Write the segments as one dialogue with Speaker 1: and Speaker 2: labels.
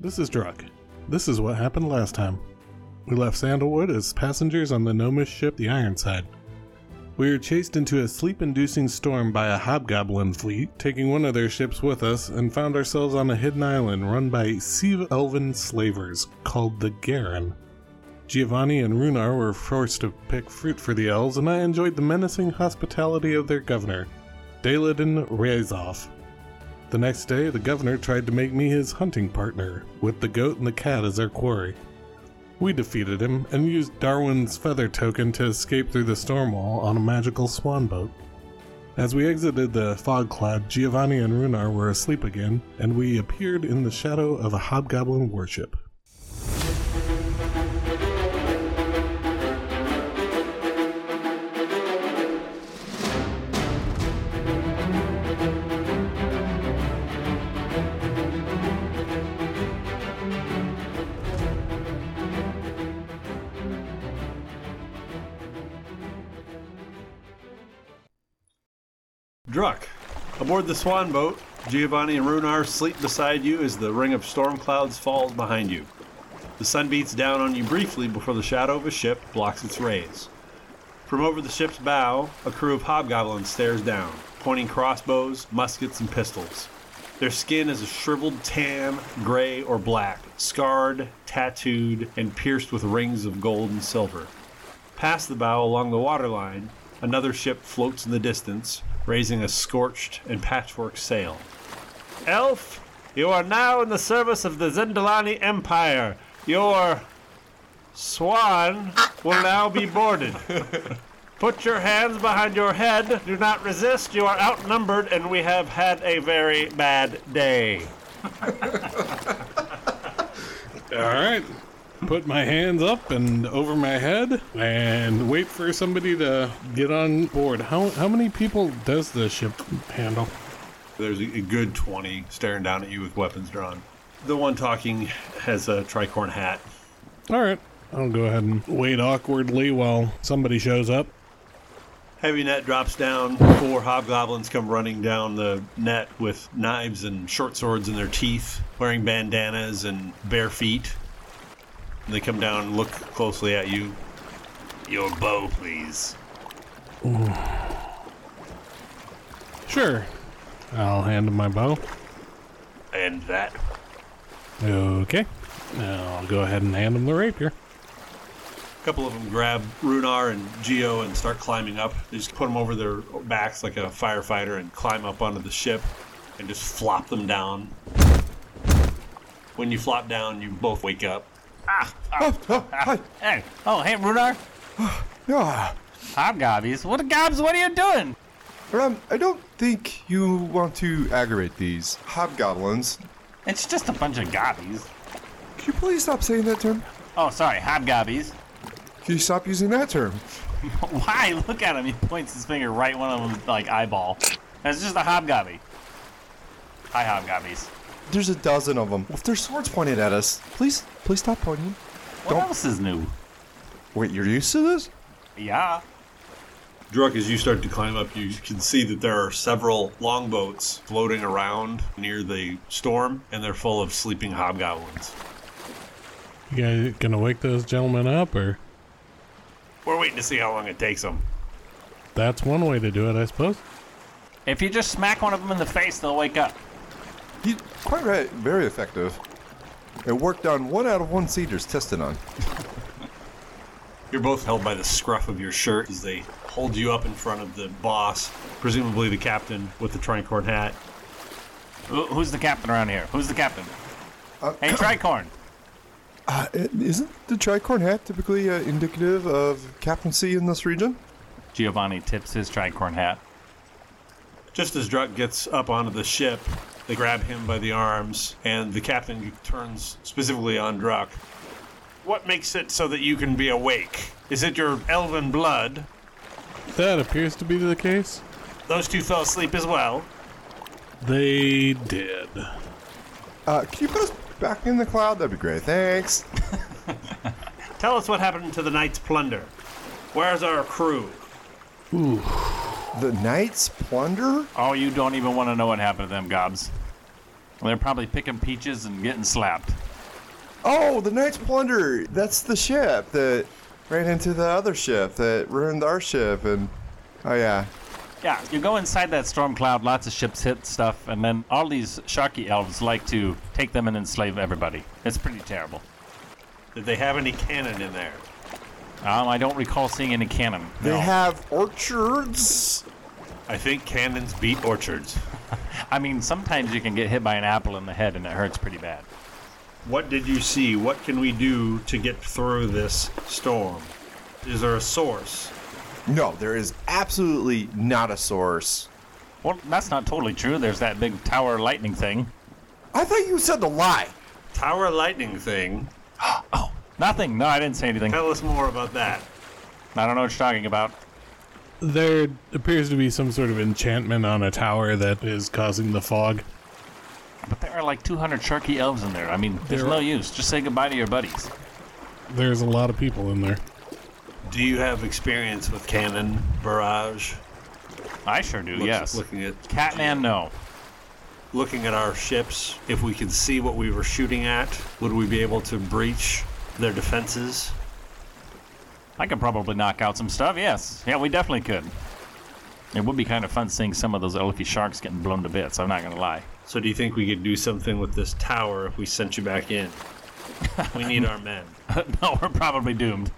Speaker 1: This is Druck. This is what happened last time. We left Sandalwood as passengers on the gnomish ship the Ironside. We were chased into a sleep inducing storm by a hobgoblin fleet, taking one of their ships with us, and found ourselves on a hidden island run by sea elven slavers called the Garen. Giovanni and Runar were forced to pick fruit for the elves, and I enjoyed the menacing hospitality of their governor, Daladin Rezov. The next day, the governor tried to make me his hunting partner, with the goat and the cat as our quarry. We defeated him and used Darwin's feather token to escape through the storm wall on a magical swan boat. As we exited the fog cloud, Giovanni and Runar were asleep again, and we appeared in the shadow of a hobgoblin warship.
Speaker 2: Druck, aboard the swan boat, Giovanni and Runar sleep beside you as the ring of storm clouds falls behind you. The sun beats down on you briefly before the shadow of a ship blocks its rays. From over the ship's bow, a crew of hobgoblins stares down, pointing crossbows, muskets, and pistols. Their skin is a shriveled tan, gray, or black, scarred, tattooed, and pierced with rings of gold and silver. Past the bow along the waterline, another ship floats in the distance, raising a scorched and patchwork sail. Elf, you are now in the service of the Zendelani Empire. Your swan will now be boarded. Put your hands behind your head. Do not resist. You are outnumbered, and we have had a very bad day.
Speaker 1: All right. Put my hands up and over my head and wait for somebody to get on board. How, how many people does the ship handle?
Speaker 2: There's a good 20 staring down at you with weapons drawn. The one talking has a tricorn hat.
Speaker 1: All right. I'll go ahead and wait awkwardly while somebody shows up.
Speaker 2: Heavy net drops down. Four hobgoblins come running down the net with knives and short swords in their teeth, wearing bandanas and bare feet. And they come down and look closely at you. Your bow, please.
Speaker 1: Sure. I'll hand him my bow.
Speaker 2: And that.
Speaker 1: Okay. Now I'll go ahead and hand him the rapier.
Speaker 2: A couple of them grab Runar and Geo and start climbing up. They just put them over their backs like a firefighter and climb up onto the ship and just flop them down. When you flop down, you both wake up.
Speaker 3: Hey, oh, hey, Runar.
Speaker 4: Yeah,
Speaker 3: Hobgobbies. What gobs? What are you doing?
Speaker 4: um, I don't think you want to aggravate these hobgoblins.
Speaker 3: It's just a bunch of gobbies.
Speaker 4: Can you please stop saying that term?
Speaker 3: Oh, sorry, hobgobbies.
Speaker 4: Can you stop using that term?
Speaker 3: Why? Look at him. He points his finger right one of them's like eyeball. That's just a hobgobby. Hi, hobgobbies.
Speaker 4: There's a dozen of them. With their swords pointed at us, please, please stop pointing.
Speaker 3: What
Speaker 4: Don't-
Speaker 3: else is new?
Speaker 4: Wait, you're used to this?
Speaker 3: Yeah.
Speaker 2: Druk, as you start to climb up, you can see that there are several longboats floating around near the storm, and they're full of sleeping hobgoblins.
Speaker 1: You guys gonna wake those gentlemen up, or
Speaker 2: We're waiting to see how long it takes them.
Speaker 1: that's one way to do it, I suppose.
Speaker 3: If you just smack one of them in the face, they'll wake up.
Speaker 4: You quite right, very effective. It worked on one out of one cedars tested on.
Speaker 2: You're both held by the scruff of your shirt as they hold you up in front of the boss, presumably the captain with the tricorn hat.
Speaker 3: Who- Who's the captain around here? Who's the captain?
Speaker 4: Uh,
Speaker 3: Hey, Tricorn.
Speaker 4: Uh, i- isn't the tricorn hat typically uh, indicative of captaincy in this region?
Speaker 3: Giovanni tips his tricorn hat.
Speaker 2: Just as Druck gets up onto the ship, they grab him by the arms, and the captain turns specifically on Druck. What makes it so that you can be awake? Is it your elven blood?
Speaker 1: That appears to be the case.
Speaker 2: Those two fell asleep as well.
Speaker 1: They did.
Speaker 4: Uh, can you put us back in the cloud? That'd be great. Thanks.
Speaker 2: Tell us what happened to the night's plunder. Where's our crew?
Speaker 1: Ooh,
Speaker 4: The Knights plunder?
Speaker 3: Oh, you don't even want to know what happened to them gobs. They're probably picking peaches and getting slapped.
Speaker 4: Oh, the Night's Plunder. That's the ship that ran into the other ship that ruined our ship. And oh yeah,
Speaker 3: Yeah, you go inside that storm cloud, lots of ships hit stuff, and then all these sharky elves like to take them and enslave everybody. It's pretty terrible.
Speaker 2: Did they have any cannon in there?
Speaker 3: Um, I don't recall seeing any cannon.
Speaker 4: they
Speaker 3: no.
Speaker 4: have orchards.
Speaker 2: I think cannons beat orchards.
Speaker 3: I mean, sometimes you can get hit by an apple in the head and it hurts pretty bad.
Speaker 2: What did you see? What can we do to get through this storm? Is there a source?
Speaker 4: No, there is absolutely not a source.
Speaker 3: Well, that's not totally true. There's that big tower lightning thing.
Speaker 4: I thought you said the lie.
Speaker 2: Tower lightning thing.
Speaker 3: Nothing. No, I didn't say anything.
Speaker 2: Tell us more about that.
Speaker 3: I don't know what you're talking about.
Speaker 1: There appears to be some sort of enchantment on a tower that is causing the fog.
Speaker 3: But there are like 200 sharky elves in there. I mean, there's
Speaker 1: There
Speaker 3: no
Speaker 1: are.
Speaker 3: use. Just say goodbye to your buddies.
Speaker 1: There's a lot of people in there.
Speaker 2: Do you have experience with cannon barrage?
Speaker 3: I sure do,
Speaker 2: Looks-
Speaker 3: yes.
Speaker 2: Looking at
Speaker 3: Catman, no.
Speaker 2: looking at our ships, if we could see what we were shooting at, would we be able to breach their defenses?
Speaker 3: I could probably knock out some stuff, yes. Yeah, we definitely could. It would be kind of fun seeing some of those elfy sharks getting blown to bits, I'm not going to lie.
Speaker 2: So do you think we could do something with this tower if we sent you back in? We need our men.
Speaker 3: no, we're probably doomed.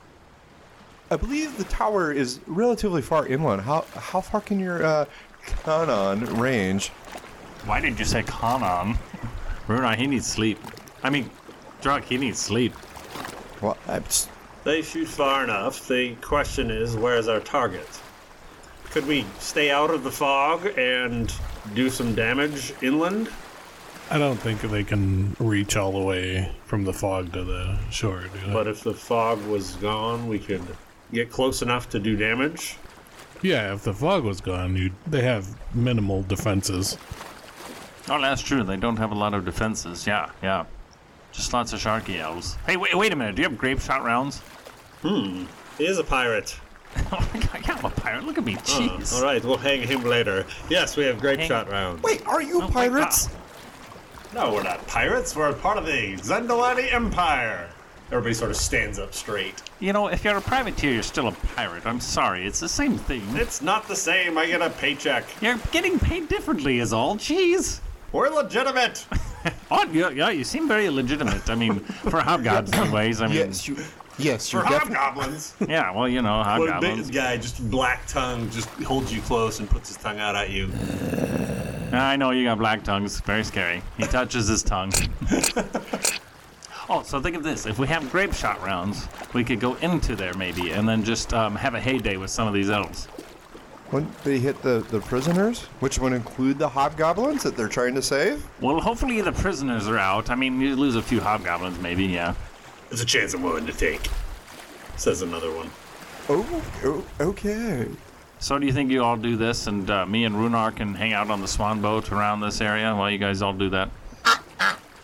Speaker 4: I believe the tower is relatively far inland. How how far can your uh, Kanon range?
Speaker 3: Why did you say Kanon? Runar, he needs sleep. I mean, drunk, he needs sleep.
Speaker 4: Well, I just,
Speaker 2: They shoot far enough. The question is, where's our target? Could we stay out of the fog and do some damage inland?
Speaker 1: I don't think they can reach all the way from the fog to the shore, do they?
Speaker 2: But if the fog was gone, we could get close enough to do damage.
Speaker 1: yeah, if the fog was gone, you'd, they have minimal defenses.
Speaker 3: Oh, that's true. They don't have a lot of defenses. Yeah, yeah. Just lots of sharky elves. Hey, wait, wait a minute. Do you have grape shot rounds?
Speaker 2: He is a pirate.
Speaker 3: oh my god, I'm a pirate. Look at me.
Speaker 2: Huh,
Speaker 3: Jeez.
Speaker 2: all right, we'll hang him later. Yes, we have grape
Speaker 3: Hang-
Speaker 2: shot round.
Speaker 4: wait, are you
Speaker 3: Oh my
Speaker 4: pirates?
Speaker 2: No, we're not pirates. We're part of the Zendalani Empire. Everybody sort of stands up straight.
Speaker 3: You know, if you're a privateer, you're still a pirate. I'm sorry. It's the same thing.
Speaker 2: It's not the same. I get a paycheck.
Speaker 3: You're getting paid differently, is all. Jeez.
Speaker 2: We're legitimate.
Speaker 3: Oh, yeah, yeah, you seem very legitimate. I mean, for hobgoblins, anyways. I mean,
Speaker 4: Yes, you. Yes, you.
Speaker 2: We're
Speaker 4: Def-
Speaker 2: hobgoblins.
Speaker 3: yeah, well, you know,
Speaker 2: What big
Speaker 3: hobgoblins.
Speaker 2: guy, just black tongue, just holds you close and puts his tongue out at you.
Speaker 3: I know you got black tongues. Very scary. He touches his tongue. oh, so think of this. If we have grape shot rounds, we could go into there maybe and then just um, have a heyday with some of these elves.
Speaker 4: when they hit the the prisoners, which would include the hobgoblins that they're trying to save.
Speaker 3: Well, hopefully the prisoners are out. I mean, you lose a few hobgoblins maybe, yeah.
Speaker 2: There's a chance I'm willing to take. Says another one.
Speaker 4: Oh, oh okay.
Speaker 3: So do you think you all do this and uh, me and Runar can hang out on the swan boat around this area while you guys all do that?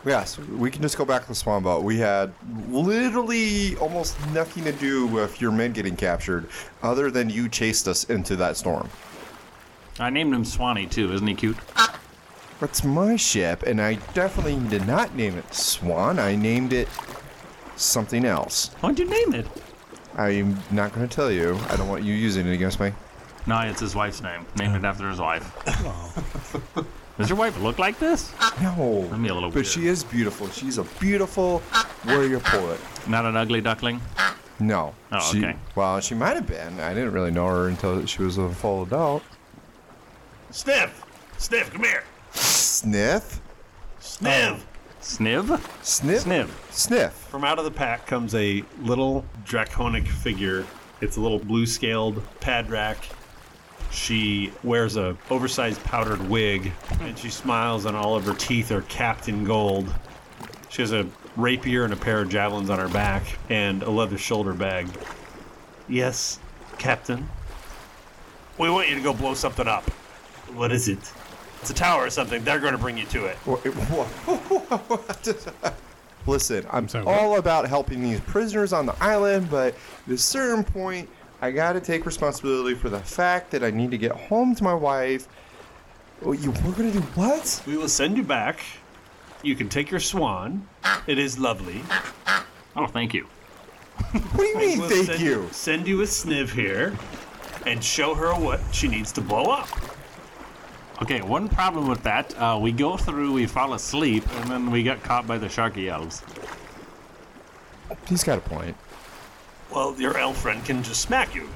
Speaker 4: Yes, we can just go back to the swan boat. We had literally almost nothing to do with your men getting captured, other than you chased us into that storm.
Speaker 3: I named him Swanee too. Isn't he cute?
Speaker 4: That's my ship, and I definitely did not name it Swan. I named it something else.
Speaker 3: What'd you name it?
Speaker 4: I'm not going to tell you. I don't want you using it against me.
Speaker 3: No, it's his wife's name. Named it after his wife. Does your wife look like this?
Speaker 4: No.
Speaker 3: That'd be a little
Speaker 4: but
Speaker 3: weird.
Speaker 4: she is beautiful. She's a beautiful warrior poet.
Speaker 3: Not an ugly duckling?
Speaker 4: No.
Speaker 3: Oh,
Speaker 4: she,
Speaker 3: okay.
Speaker 4: Well, she might have been. I didn't really know her until she was a full adult.
Speaker 2: Sniff! Sniff, come here!
Speaker 4: Sniff?
Speaker 2: Sniff!
Speaker 3: Oh. Sniv?
Speaker 4: Sniff?
Speaker 3: Sniv.
Speaker 4: Sniff.
Speaker 2: From out of the pack comes a little draconic figure. It's a little blue scaled padrack. She wears a oversized powdered wig and she smiles and all of her teeth are capped in gold. She has a rapier and a pair of javelins on her back and a leather shoulder bag. Yes, Captain. We want you to go blow something up. What is it? It's a tower or something. They're going to bring you to it.
Speaker 4: Wha- wha- Listen, I'm
Speaker 1: sorry, what?
Speaker 4: all about helping these prisoners on the island, but at a certain point, I gotta take responsibility for the fact that I need to get home to my wife. Oh, you were gonna do what?
Speaker 2: We will send you back You can take your swan. It is lovely.
Speaker 3: Oh, thank you.
Speaker 4: What do you mean,
Speaker 2: We'll
Speaker 4: thank
Speaker 2: send,
Speaker 4: you?
Speaker 2: Send you a sniv here and show her what she needs to blow up.
Speaker 3: Okay, one problem with that, uh, we go through, we fall asleep, and then we get caught by the sharky elves.
Speaker 4: He's got a point.
Speaker 2: Well, your elf friend can just smack you.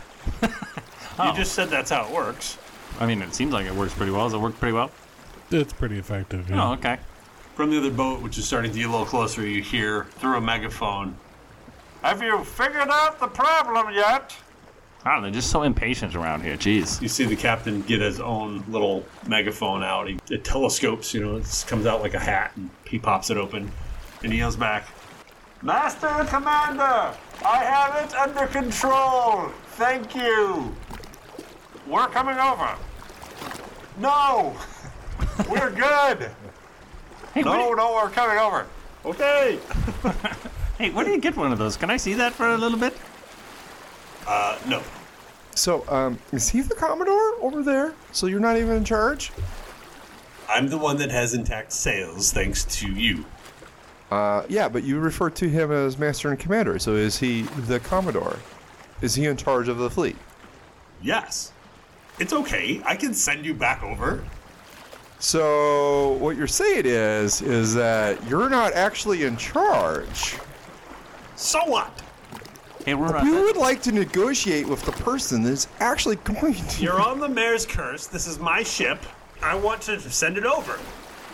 Speaker 3: Oh.
Speaker 2: You just said that's how it works.
Speaker 3: I mean, it seems like it works pretty well. Does it work pretty well?
Speaker 1: It's pretty effective. Yeah.
Speaker 3: Oh, okay.
Speaker 2: From the other boat, which is starting to get a little closer, you hear through a megaphone.
Speaker 3: Have you figured out the problem yet? Oh, they're just so impatient around here. Jeez.
Speaker 2: You see the captain get his own little megaphone out. He, it telescopes, you know, it comes out like a hat, and he pops it open, and he yells back,
Speaker 3: Master Commander, I have it under control. Thank you. We're coming over.
Speaker 5: No! We're good!
Speaker 3: Hey, where,
Speaker 5: No,
Speaker 3: do
Speaker 5: no, we're coming over.
Speaker 2: "Okay."
Speaker 3: you, hey, where do you get one of those? Can I see that for a little bit?
Speaker 2: Uh, no,
Speaker 4: So, um, is he the Commodore over there? So you're not even in charge?
Speaker 2: I'm the one that has intact sails, thanks to you.
Speaker 4: Uh, yeah, but you refer to him as Master and Commander. So is he the Commodore? Is he in charge of the fleet?
Speaker 2: Yes, it's okay. I can send you back over.
Speaker 4: So what you're saying is, is that you're not actually in charge.
Speaker 2: So what?
Speaker 3: Hey, we're
Speaker 4: We
Speaker 3: on.
Speaker 4: would like to negotiate with the person that's actually going to.
Speaker 2: You're on the mayor's curse. This is my ship. I want to send it over.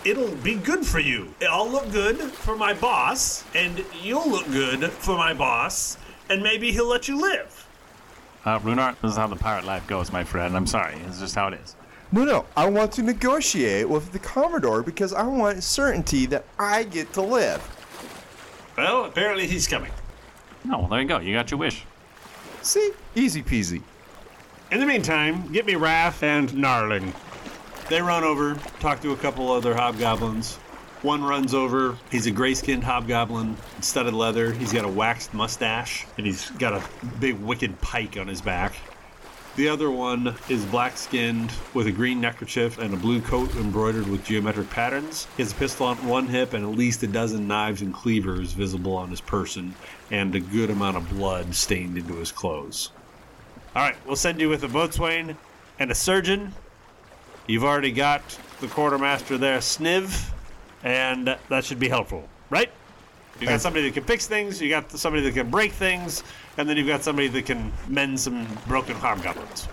Speaker 2: It'll be good for you. I'll look good for my boss, and you'll look good for my boss, and maybe he'll let you live.
Speaker 3: Uh, Runar, this is how the pirate life goes, my friend. I'm sorry. It's just how it is.
Speaker 4: No, no. I want to negotiate with the Commodore because I want certainty that I get to live.
Speaker 2: Well, apparently he's coming.
Speaker 3: No, well, there you go. You got your wish.
Speaker 4: See, easy peasy.
Speaker 2: In the meantime, get me Raff and Gnarling. They run over, talk to a couple other hobgoblins. One runs over. He's a gray skinned hobgoblin, studded leather. He's got a waxed mustache, and he's got a big wicked pike on his back. The other one is black skinned with a green neckerchief and a blue coat embroidered with geometric patterns. He has a pistol on one hip and at least a dozen knives and cleavers visible on his person, and a good amount of blood stained into his clothes. All right, we'll send you with a boatswain and a surgeon. You've already got the quartermaster there, Sniv, and that should be helpful, right? You got somebody that can fix things, you got somebody that can break things, and then you've got somebody that can mend some broken hobgoblins.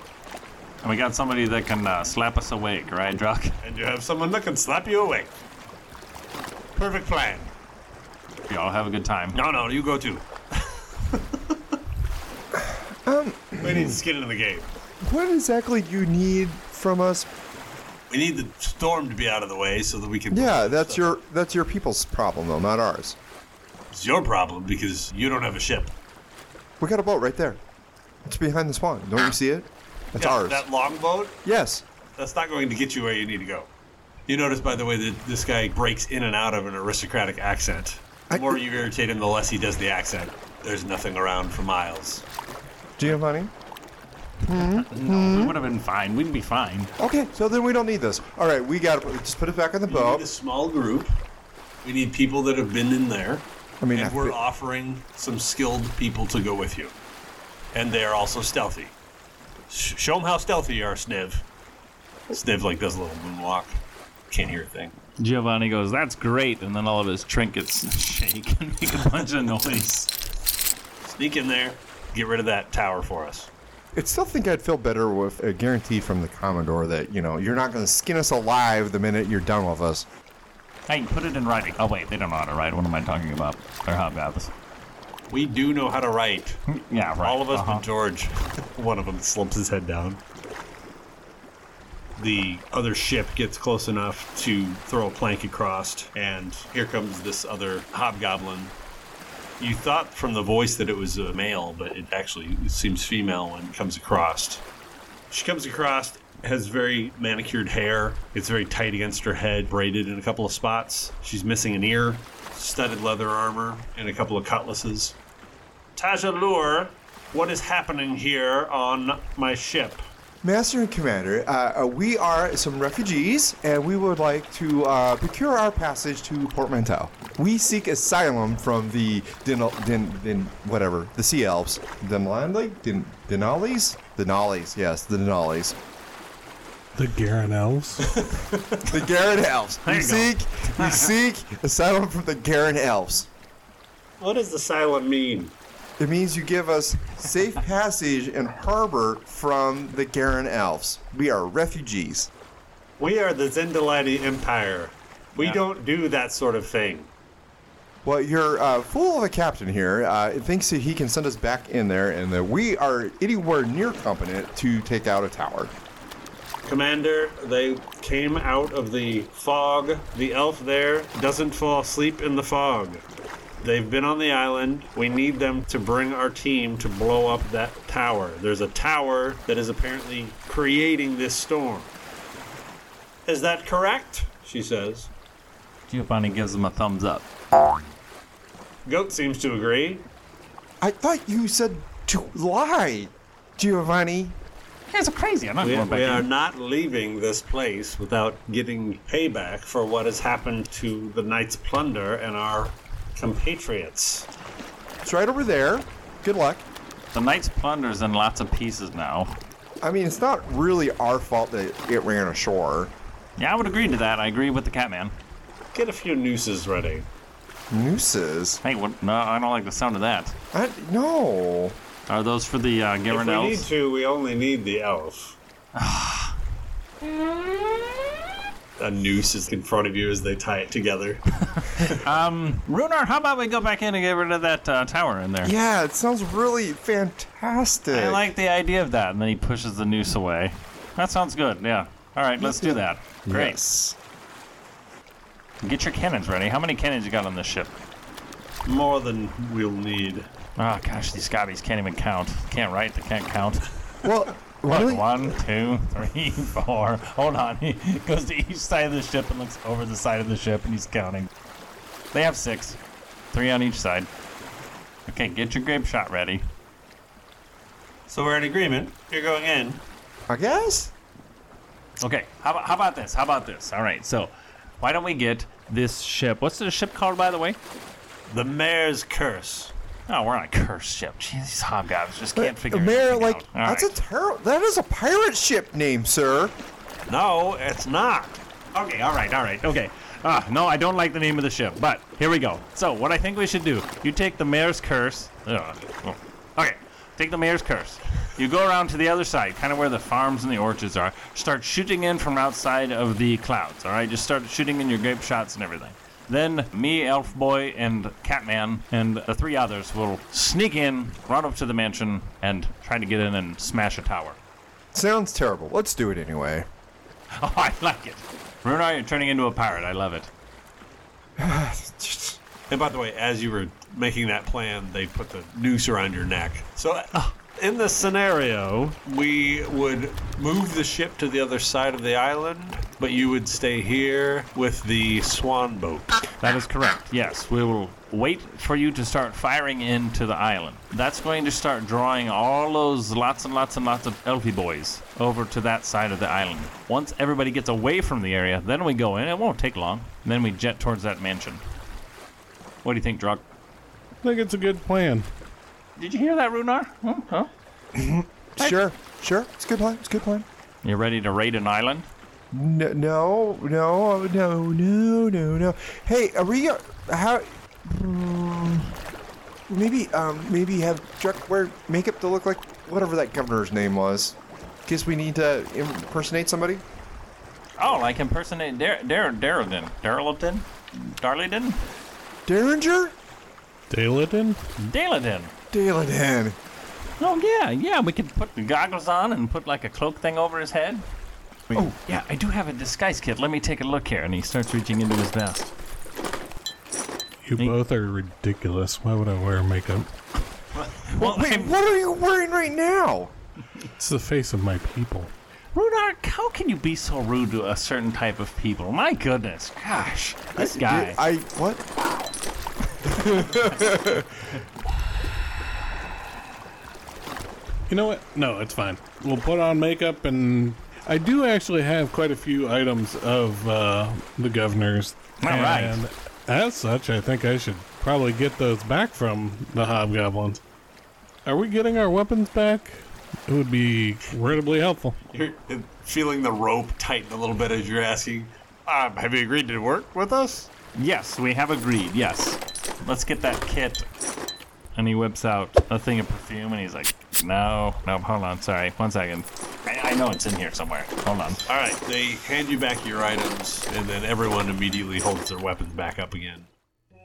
Speaker 3: And we got somebody that can uh, slap us awake, right, Drock?
Speaker 2: And you have someone that can slap you awake. Perfect plan.
Speaker 3: Y'all have a good time.
Speaker 2: No, no, you go too. we need skin in the game.
Speaker 4: What exactly do you need from us?
Speaker 2: We need the storm to be out of the way so that we can.
Speaker 4: Yeah, that's your that's your people's problem though, not ours.
Speaker 2: It's your problem because you don't have a ship.
Speaker 4: We got a boat right there. It's behind the swan. Don't you see it? It's
Speaker 2: Yeah,
Speaker 4: ours.
Speaker 2: Ah. That longboat,
Speaker 4: Yes.
Speaker 2: that's not going to get you where you need to go. You notice, by the way, that this guy breaks in and out of an aristocratic accent. The
Speaker 4: I-
Speaker 2: more you irritate him, the less he does the accent. There's nothing around for miles.
Speaker 4: Giovanni?
Speaker 3: No, we would have been fine. We'd be fine.
Speaker 4: Okay, so then we don't need this. All right, we got to just put it back on the
Speaker 2: We need a
Speaker 4: boat.
Speaker 2: small group. We need people that have been in there.
Speaker 4: I mean,
Speaker 2: and
Speaker 4: I
Speaker 2: we're
Speaker 4: fi-
Speaker 2: offering some skilled people to go with you. And they are also stealthy. Sh- show them how stealthy you are, Sniv. Sniv, like, does a little moonwalk. Can't hear a thing.
Speaker 3: Giovanni goes, "That's great," and then all of his trinkets shake and make a bunch of noise.
Speaker 2: Sneak in there. Get rid of that tower for us.
Speaker 4: I'd still think I'd feel better with a guarantee from the Commodore that, you know, you're not going to skin us alive the minute you're done with us.
Speaker 3: Hey, put it in writing. Oh wait, they don't know how to write. What am I talking about? They're hobgoblins.
Speaker 2: We do know how to write.
Speaker 3: Yeah, right.
Speaker 2: All of us
Speaker 3: Uh-huh.
Speaker 2: but George. One of them slumps his head down. The other ship gets close enough to throw a plank across, and here comes this other hobgoblin. You thought from the voice that it was a male, but it actually seems female when it comes across. She comes across, has very manicured hair. It's very tight against her head, braided in a couple of spots. She's missing an ear, studded leather armor, and a couple of cutlasses. Tajalur, what is happening here on my ship?
Speaker 4: Master and Commander, uh, uh, we are some refugees, and we would like to uh, procure our passage to Portmanteau. We seek asylum from the Din, Din, Din whatever the Sea Elves, Denali, Din, Denali's, Denali's, yes, the Denali's,
Speaker 1: The Garen Elves.
Speaker 4: the Garen Elves.
Speaker 3: There
Speaker 4: we
Speaker 3: you go.
Speaker 4: seek, we seek asylum from the Garen Elves.
Speaker 2: What does asylum mean?
Speaker 4: It means you give us safe passage and harbor from the Garen Elves. We are refugees.
Speaker 2: We are the Zendelani Empire. We
Speaker 3: Yeah.
Speaker 2: don't do that sort of thing.
Speaker 4: Well, your uh, fool of a captain here uh, thinks that he can send us back in there and that we are anywhere near competent to take out a tower.
Speaker 2: Commander, they came out of the fog. The elf there doesn't fall asleep in the fog. They've been on the island. We need them to bring our team to blow up that tower. There's a tower that is apparently creating this storm. Is that correct? She says.
Speaker 3: Giovanni gives him a thumbs up.
Speaker 2: Goat seems to agree.
Speaker 4: I thought you said to lie, Giovanni.
Speaker 3: You guys are crazy. I'm not
Speaker 2: We,
Speaker 3: going back
Speaker 2: we are
Speaker 3: in.
Speaker 2: not leaving this place without getting payback for what has happened to the Knights Plunder and our compatriots.
Speaker 4: It's right over there. Good luck.
Speaker 3: The Knight's plunder's in lots of pieces now.
Speaker 4: I mean, it's not really our fault that it ran ashore.
Speaker 3: Yeah, I would agree to that. I agree with the Catman.
Speaker 2: Get a few nooses ready.
Speaker 4: Nooses?
Speaker 3: Hey, what? No, I don't like the sound of that.
Speaker 4: I, no.
Speaker 3: Are those for the uh,
Speaker 2: If we need
Speaker 3: Garandels?
Speaker 2: to, we only need the elf. a noose is in front of you as they tie it together.
Speaker 3: Runar, how about we go back in and get rid of that uh, tower in there?
Speaker 4: Yeah, it sounds really fantastic.
Speaker 3: I like the idea of that. And then he pushes the noose away. That sounds good. Yeah. All right, let's do that. Great.
Speaker 4: Yes.
Speaker 3: Get your cannons ready. How many cannons you got on this ship?
Speaker 2: More than we'll need.
Speaker 3: Oh gosh, these Scotties can't even count. Can't write. They can't count.
Speaker 4: Well,
Speaker 3: Look,
Speaker 4: really?
Speaker 3: One, two, three, four. Hold on. He goes to each side of the ship and looks over the side of the ship and he's counting. They have six. Three on each side. Okay, get your grape shot ready.
Speaker 2: So we're in agreement. You're going in.
Speaker 4: I guess?
Speaker 3: Okay, how about, how about this? How about this? All right, so why don't we get this ship? What's the ship called, by the way?
Speaker 2: The mayor's curse.
Speaker 3: Oh, we're on a cursed ship. Jeez, these hobgoblins just can't figure
Speaker 4: Uh, Mayor,
Speaker 3: anything
Speaker 4: like,
Speaker 3: out. All
Speaker 4: that's
Speaker 3: right.
Speaker 4: a ter- that is a pirate ship name, sir.
Speaker 2: No, it's not.
Speaker 3: Ah. Okay, all right, all right, okay. Ah, no, I don't like the name of the ship, but here we go. So, what I think we should do, you take the mayor's curse. Ugh. Oh. Okay, take the mayor's curse. You go around to the other side, kind of where the farms and the orchards are. Start shooting in from outside of the clouds, all right? Just start shooting in your grape shots and everything. Then me, Elf Boy, and Catman, and the three others will sneak in, run up to the mansion, and try to get in and smash a tower.
Speaker 4: Sounds terrible. Let's do it anyway.
Speaker 3: Oh, I like it. Runar, you're turning into a pirate. I love it.
Speaker 2: And by the way, as you were making that plan, they put the noose around your neck. So, in this scenario, we would move the ship to the other side of the island, but you would stay here with the swan boat.
Speaker 3: That is correct. Yes, we will wait for you to start firing into the island. That's going to start drawing all those lots and lots and lots of elfie boys over to that side of the island. Once everybody gets away from the area, then we go in. It won't take long. And then we jet towards that mansion. What do you think, Drog?
Speaker 1: I think it's a good plan.
Speaker 3: Did you hear that, Runar? Huh? Huh?
Speaker 4: Sure, sure. It's a good plan. It's a good plan.
Speaker 3: You ready to raid an island?
Speaker 4: No, no, no, no, no, no, no. Hey, are we? uh, How? mm, Maybe, um, maybe have Druck wear makeup to look like whatever that governor's name was. Guess we need to impersonate somebody.
Speaker 3: Oh, like impersonate Dar Dar Darlington, Darlington, Darlington,
Speaker 4: Derringer,
Speaker 1: Daladin?
Speaker 3: Darlington.
Speaker 4: Dalen.
Speaker 3: Oh yeah, yeah. We could put the goggles on and put like a cloak thing over his head.
Speaker 4: Oh.
Speaker 3: yeah. I do have a disguise kit. Let me take a look here. And he starts reaching into his vest.
Speaker 1: You both are ridiculous. Why would I wear makeup?
Speaker 3: Well,
Speaker 4: Wait,
Speaker 3: I'm-
Speaker 4: what are you wearing right now?
Speaker 1: It's the face of my people.
Speaker 3: Runar, how can you be so rude to a certain type of people? My goodness, gosh, this guy.
Speaker 4: I what?
Speaker 1: You know what? No, it's fine. we'll put on makeup and I do actually have quite a few items of uh, the governor's.
Speaker 3: All right.
Speaker 1: and As such, I think I should probably get those back from the hobgoblins. Are we getting our weapons back? It would be incredibly helpful.
Speaker 2: You're feeling the rope tighten a little bit as you're asking. Um, have you agreed to work with us?
Speaker 3: Yes, we have agreed. Yes. Let's get that kit. And he whips out a thing of perfume and he's like, no, no, hold on. Sorry. One second. I, I know it's in here somewhere. Hold on.
Speaker 2: All right, they hand you back your items, and then everyone immediately holds their weapons back up again.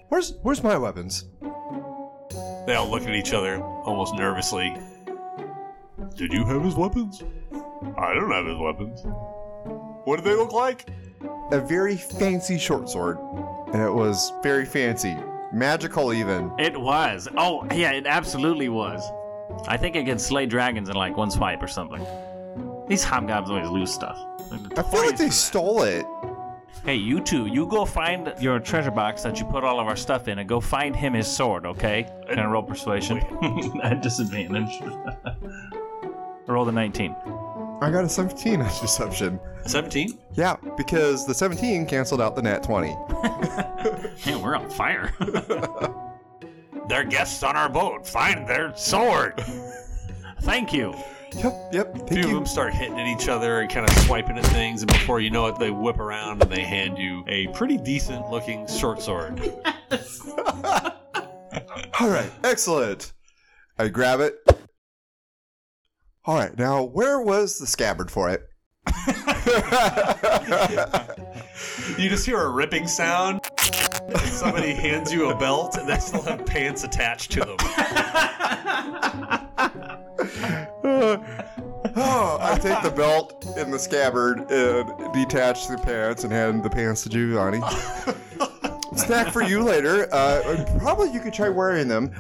Speaker 4: Where's where's my weapons?
Speaker 2: They all look at each other almost nervously. Did you have his weapons? I don't have his weapons. What do they look like?
Speaker 4: A very fancy short sword, and it was very fancy, magical even.
Speaker 3: It was. Oh, yeah, it absolutely was. I think it could slay dragons in like one swipe or something. These hobgoblins always lose stuff. They're
Speaker 4: I feel
Speaker 3: notorious
Speaker 4: like
Speaker 3: for
Speaker 4: they
Speaker 3: that.
Speaker 4: stole it.
Speaker 3: Hey, you two, you go find your treasure box that you put all of our stuff in and go find him his sword, okay? And roll persuasion. At disadvantage. roll the 19.
Speaker 4: I got a 17 on deception.
Speaker 2: 17?
Speaker 4: Yeah, because the 17 canceled out the nat 20.
Speaker 3: Man, we're on fire.
Speaker 5: They're guests on our boat. Find their sword.
Speaker 3: Thank you.
Speaker 4: Yep, yep.
Speaker 2: Two
Speaker 4: Thank
Speaker 2: of
Speaker 4: you.
Speaker 2: them start hitting at each other and kind of swiping at things, and before you know it, they whip around and they hand you a pretty decent looking short sword.
Speaker 4: All right, excellent. I grab it. All right, now where was the scabbard for it?
Speaker 2: You just hear a ripping sound. and Somebody hands you a belt, and they still have pants attached to them.
Speaker 4: oh, I take the belt and the scabbard and detach the pants and hand the pants to Giovanni. Snack for you later. Uh, and probably you could try wearing them.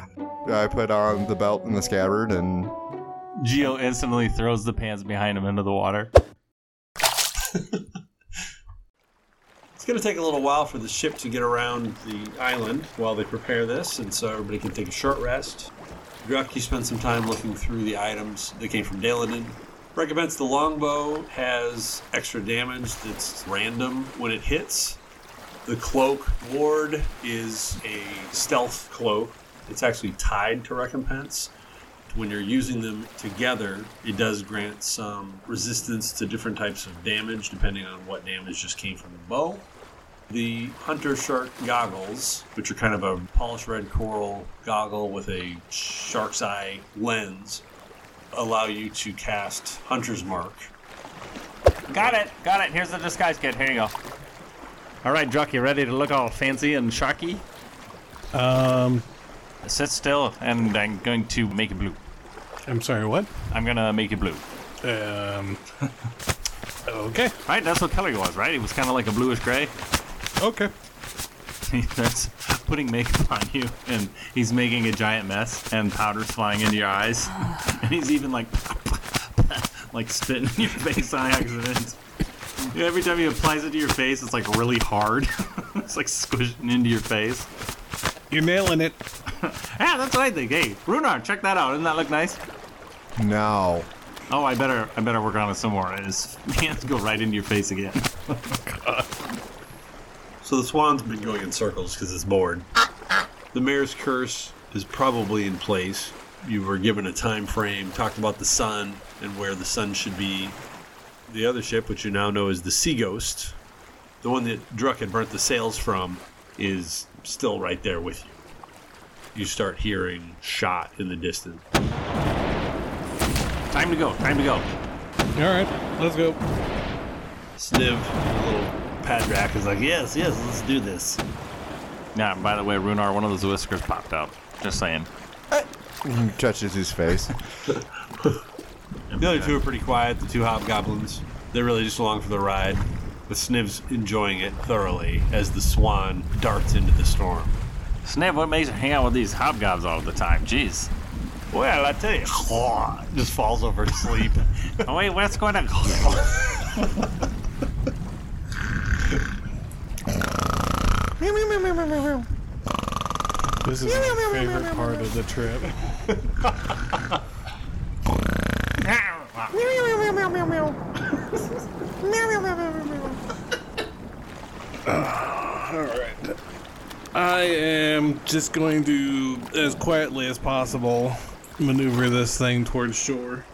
Speaker 4: I put on the belt and the scabbard and
Speaker 3: Geo instantly throws the pans behind him into the water.
Speaker 2: It's going to take a little while for the ship to get around the island while they prepare this, and so everybody can take a short rest. Druck, you spend some time looking through the items that came from Daladin. Recommends the longbow has extra damage that's random when it hits. The cloak ward is a stealth cloak. It's actually tied to recompense. When you're using them together, it does grant some resistance to different types of damage depending on what damage just came from the bow. The Hunter Shark goggles, which are kind of a polished red coral goggle with a shark's eye lens, allow you to cast Hunter's Mark.
Speaker 3: Got it, got it. Here's the disguise kit. Here you go. All right, Druck, you ready to look all fancy and sharky?
Speaker 1: Um,
Speaker 3: Sit still, and I'm going to make it blue.
Speaker 1: I'm sorry, what?
Speaker 3: I'm gonna make it blue.
Speaker 1: Um, okay,
Speaker 3: Right, that's what color he was, right? He was kind of like a bluish gray.
Speaker 1: okay.
Speaker 3: that's putting makeup on you, and he's making a giant mess, and powder's flying into your eyes, and he's even like, like spitting in your face on accident. Every time he applies it to your face, it's like really hard. it's like squishing into your face.
Speaker 1: You're nailing it.
Speaker 3: Yeah, that's what I think. Hey, Runar, check that out. Doesn't that look nice?
Speaker 4: now.
Speaker 3: Oh, I better, I better work on it some more. His hands go right into your face again.
Speaker 2: So the swan's been going in circles because it's bored. The mayor's curse is probably in place. You were given a time frame, talked about the sun and where the sun should be. The other ship, which you now know is the Sea Ghost, the one that Druck had burnt the sails from, is still right there with you. You start hearing shot in the distance.
Speaker 3: Time to go. Time to go.
Speaker 1: All right, let's go.
Speaker 2: Sniv, the little Padrak, is like, yes, yes, let's do this.
Speaker 3: Yeah. and By the way, Runar, one of those whiskers popped out. Just saying.
Speaker 4: Touches his face.
Speaker 2: The other two are pretty quiet, the two hobgoblins. They're really just along for the ride, with Sniv's enjoying it thoroughly as the swan darts into the storm.
Speaker 3: Snav, what makes you hang out with these hobgobs all the time? Jeez.
Speaker 2: Well, I tell you, just falls over asleep.
Speaker 3: Oh, wait, what's going on? oh,
Speaker 1: This is my favorite part of the trip.
Speaker 3: yeah,
Speaker 1: I am just going to, as quietly as possible, maneuver this thing towards shore.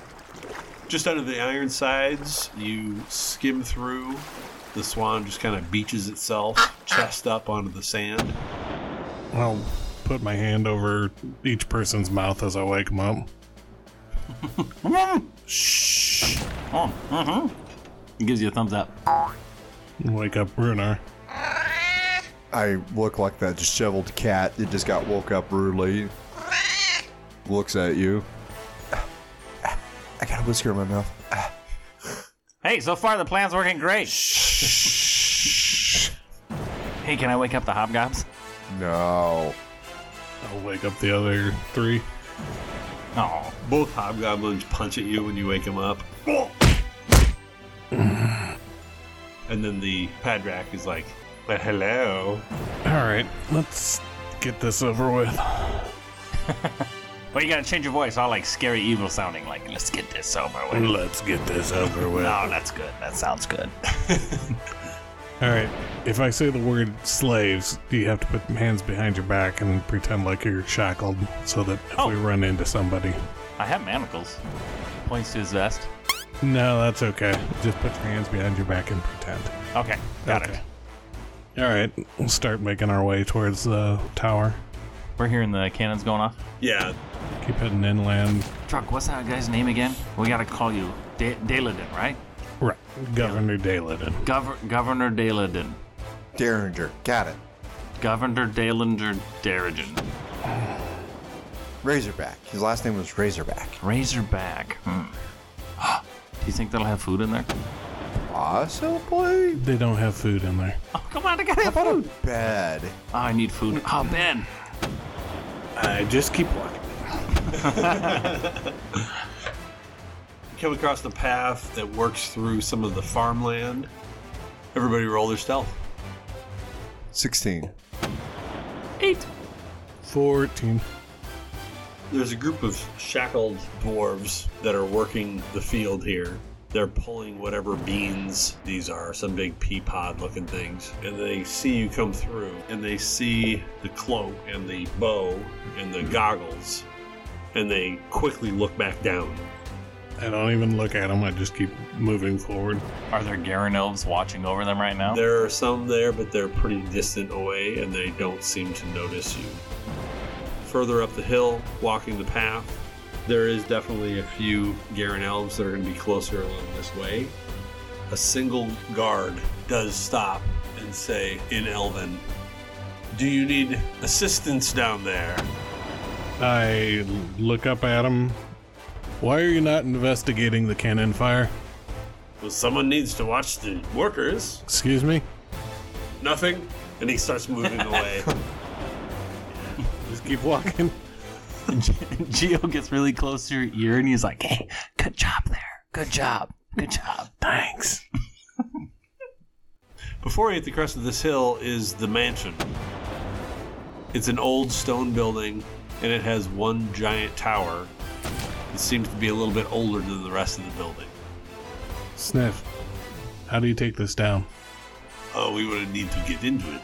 Speaker 2: Just under the iron sides, you skim through. The swan just kind of beaches itself, chest up onto the sand.
Speaker 1: I'll put my hand over each person's mouth as I wake them up. Shh.
Speaker 3: Oh, uh-huh. It gives you a thumbs up.
Speaker 1: Wake up, Runar.
Speaker 4: I look like that disheveled cat that just got woke up rudely. Looks at you. I got a whisker in my mouth.
Speaker 3: Hey, so far the plan's working great. hey, can I wake up the hobgobs?
Speaker 4: No.
Speaker 1: I'll wake up the other three.
Speaker 3: Oh,
Speaker 2: Both hobgoblins punch at you when you wake them up. and then the padrack is like, "Well, hello.
Speaker 1: All right, let's get this over with.
Speaker 3: well, you gotta change your voice, all like scary, evil sounding. Like, let's get this over with.
Speaker 1: Let's get this over with.
Speaker 3: No, that's good. That sounds good.
Speaker 1: All right, if I say the word slaves, you have to put hands behind your back and pretend like you're shackled so that if
Speaker 3: Oh.
Speaker 1: we run into somebody.
Speaker 3: I have manacles. Points to his vest.
Speaker 1: No, that's okay. Just put your hands behind your back and pretend.
Speaker 3: Okay, got it.
Speaker 1: it. All right, we'll start making our way towards the tower.
Speaker 3: We're hearing the cannons going off.
Speaker 2: Yeah,
Speaker 1: Keep heading inland.
Speaker 3: Truck, what's that guy's name again? We gotta call you Da Daladin, right?
Speaker 1: Right, Governor Dayliden.
Speaker 3: Gov- Governor Daladin.
Speaker 4: Derringer. Got it.
Speaker 3: Governor Dalinger Darrigan.
Speaker 4: Razorback. His last name was Razorback.
Speaker 3: Razorback. Hmm. Do you think that'll have food in there?
Speaker 4: Possibly?
Speaker 1: They don't have food in there.
Speaker 3: Oh, come on, I gotta have
Speaker 4: What a
Speaker 3: food.
Speaker 4: bad.
Speaker 3: Oh, I need food. Oh, Ben.
Speaker 1: I just keep walking.
Speaker 2: come across the path that works through some of the farmland. Everybody roll their stealth.
Speaker 4: 16.
Speaker 3: Eight.
Speaker 1: 14.
Speaker 2: There's a group of shackled dwarves that are working the field here. They're pulling whatever beans these are, some big pea pod looking things. And they see you come through, and they see the cloak and the bow and the goggles, and they quickly look back down.
Speaker 1: I don't even look at them, I just keep moving forward.
Speaker 3: Are there Garen elves watching over them right now?
Speaker 2: There are some there, but they're pretty distant away and they don't seem to notice you. Further up the hill, walking the path, there is definitely a few Garen elves that are going to be closer along this way. A single guard does stop and say in Elven, Do you need assistance down there?
Speaker 1: I look up at him. Why are you not investigating the cannon fire?
Speaker 2: Well, someone needs to watch the workers.
Speaker 1: Excuse me?
Speaker 2: Nothing. And he starts moving away.
Speaker 1: Just keep walking.
Speaker 3: Geo gets really close to your ear and he's like, hey, good job there. Good job. Good job.
Speaker 1: Thanks.
Speaker 2: Before you hit the crest of this hill is the mansion. It's an old stone building, and it has one giant tower. It seems to be a little bit older than the rest of the building.
Speaker 1: Sniff. How do you take this down?
Speaker 2: Oh, we would need to get into it.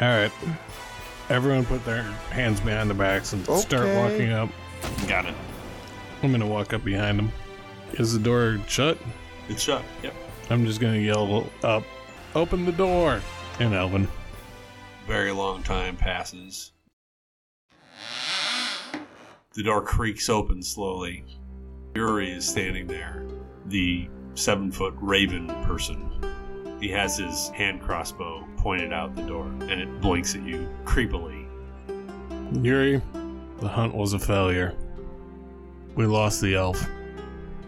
Speaker 1: All right. Everyone put their hands behind the backs and start
Speaker 4: Okay.
Speaker 1: walking up.
Speaker 3: Got it.
Speaker 1: I'm going to walk up behind him. Is the door shut?
Speaker 2: It's shut. Yep.
Speaker 1: I'm just going to yell up, open the door. And Elvin.
Speaker 2: Very long time passes. The door creaks open slowly. Yuri is standing there, the seven foot raven person. He has his hand crossbow pointed out the door, and it blinks at you creepily.
Speaker 1: Yuri, the hunt was a failure. We lost the elf.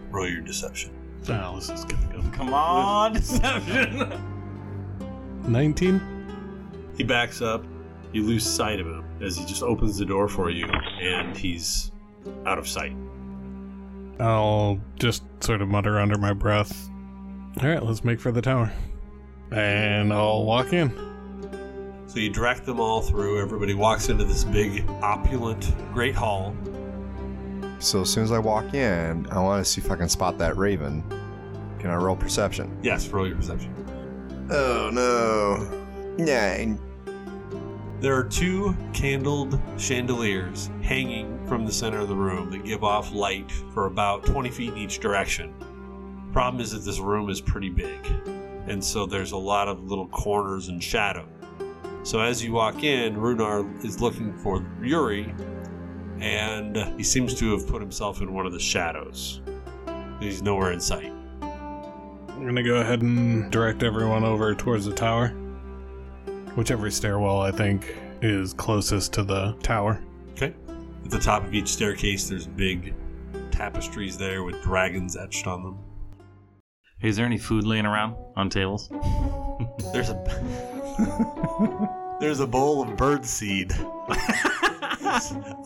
Speaker 2: Roll your deception.
Speaker 1: Oh, this is going to
Speaker 3: Come on, deception.
Speaker 1: go. 19?
Speaker 2: He backs up. You lose sight of him as he just opens the door for you, and he's out of sight.
Speaker 1: I'll just sort of mutter under my breath. All right, let's make for the tower. And I'll walk in.
Speaker 2: So you direct them all through. Everybody walks into this big, opulent, great hall.
Speaker 4: So as soon as I walk in, I want to see if I can spot that raven. Can I roll perception?
Speaker 2: Yes, roll your perception.
Speaker 4: Oh no. Nine.
Speaker 2: There are two candled chandeliers hanging from the center of the room that give off light for about 20 feet in each direction. Problem is that this room is pretty big, and so there's a lot of little corners and shadow. So as you walk in, Runar is looking for Yuri, and he seems to have put himself in one of the shadows. He's nowhere in sight.
Speaker 1: I'm gonna go ahead and direct everyone over towards the tower. Whichever stairwell I think is closest to the tower.
Speaker 2: Okay. At the top of each staircase, there's big tapestries there with dragons etched on them.
Speaker 3: Is there any food laying around on tables?
Speaker 2: There's a there's a bowl of bird seed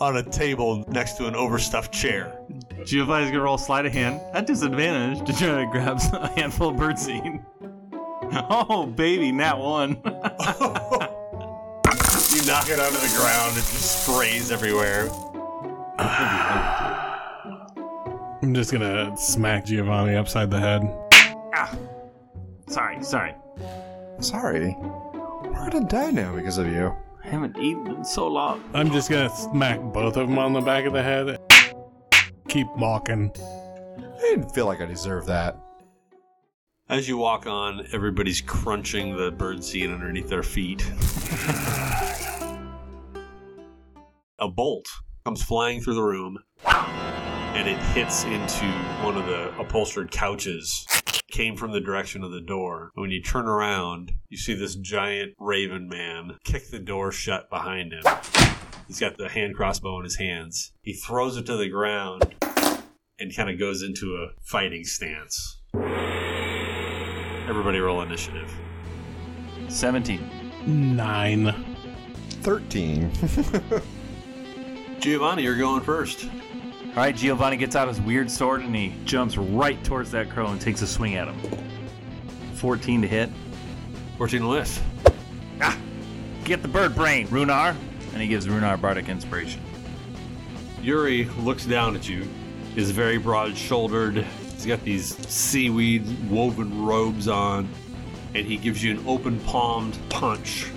Speaker 2: on a table next to an overstuffed chair.
Speaker 3: Giovanni's gonna roll sleight of hand at disadvantage to try to grab a handful of birdseed. Oh, baby, nat one.
Speaker 2: You knock it onto the ground; it just sprays everywhere.
Speaker 1: I'm just gonna smack Giovanni upside the head.
Speaker 3: sorry, sorry.
Speaker 4: Sorry. We're gonna die now because of you.
Speaker 3: I haven't eaten in so long.
Speaker 1: I'm just gonna smack both of them on the back of the head. Keep walking.
Speaker 4: I didn't feel like I deserved that.
Speaker 2: As you walk on, everybody's crunching the bird seed underneath their feet. a bolt comes flying through the room and it hits into one of the upholstered couches. Came from the direction of the door. When you turn around, you see this giant raven man kick the door shut behind him. He's got the hand crossbow in his hands. He throws it to the ground and kind of goes into a fighting stance. Everybody roll initiative.
Speaker 3: 17.
Speaker 1: Nine.
Speaker 4: 13.
Speaker 2: Giovanni, you're going first.
Speaker 3: All right, Giovanni gets out his weird sword and he jumps right towards that crow and takes a swing at him. 14 to hit.
Speaker 2: 14 to lift.
Speaker 3: Get the bird brain, Runar. And he gives Runar bardic inspiration.
Speaker 2: Yuri looks down at you, is very broad shouldered. He's got these seaweed woven robes on, and he gives you an open palmed punch.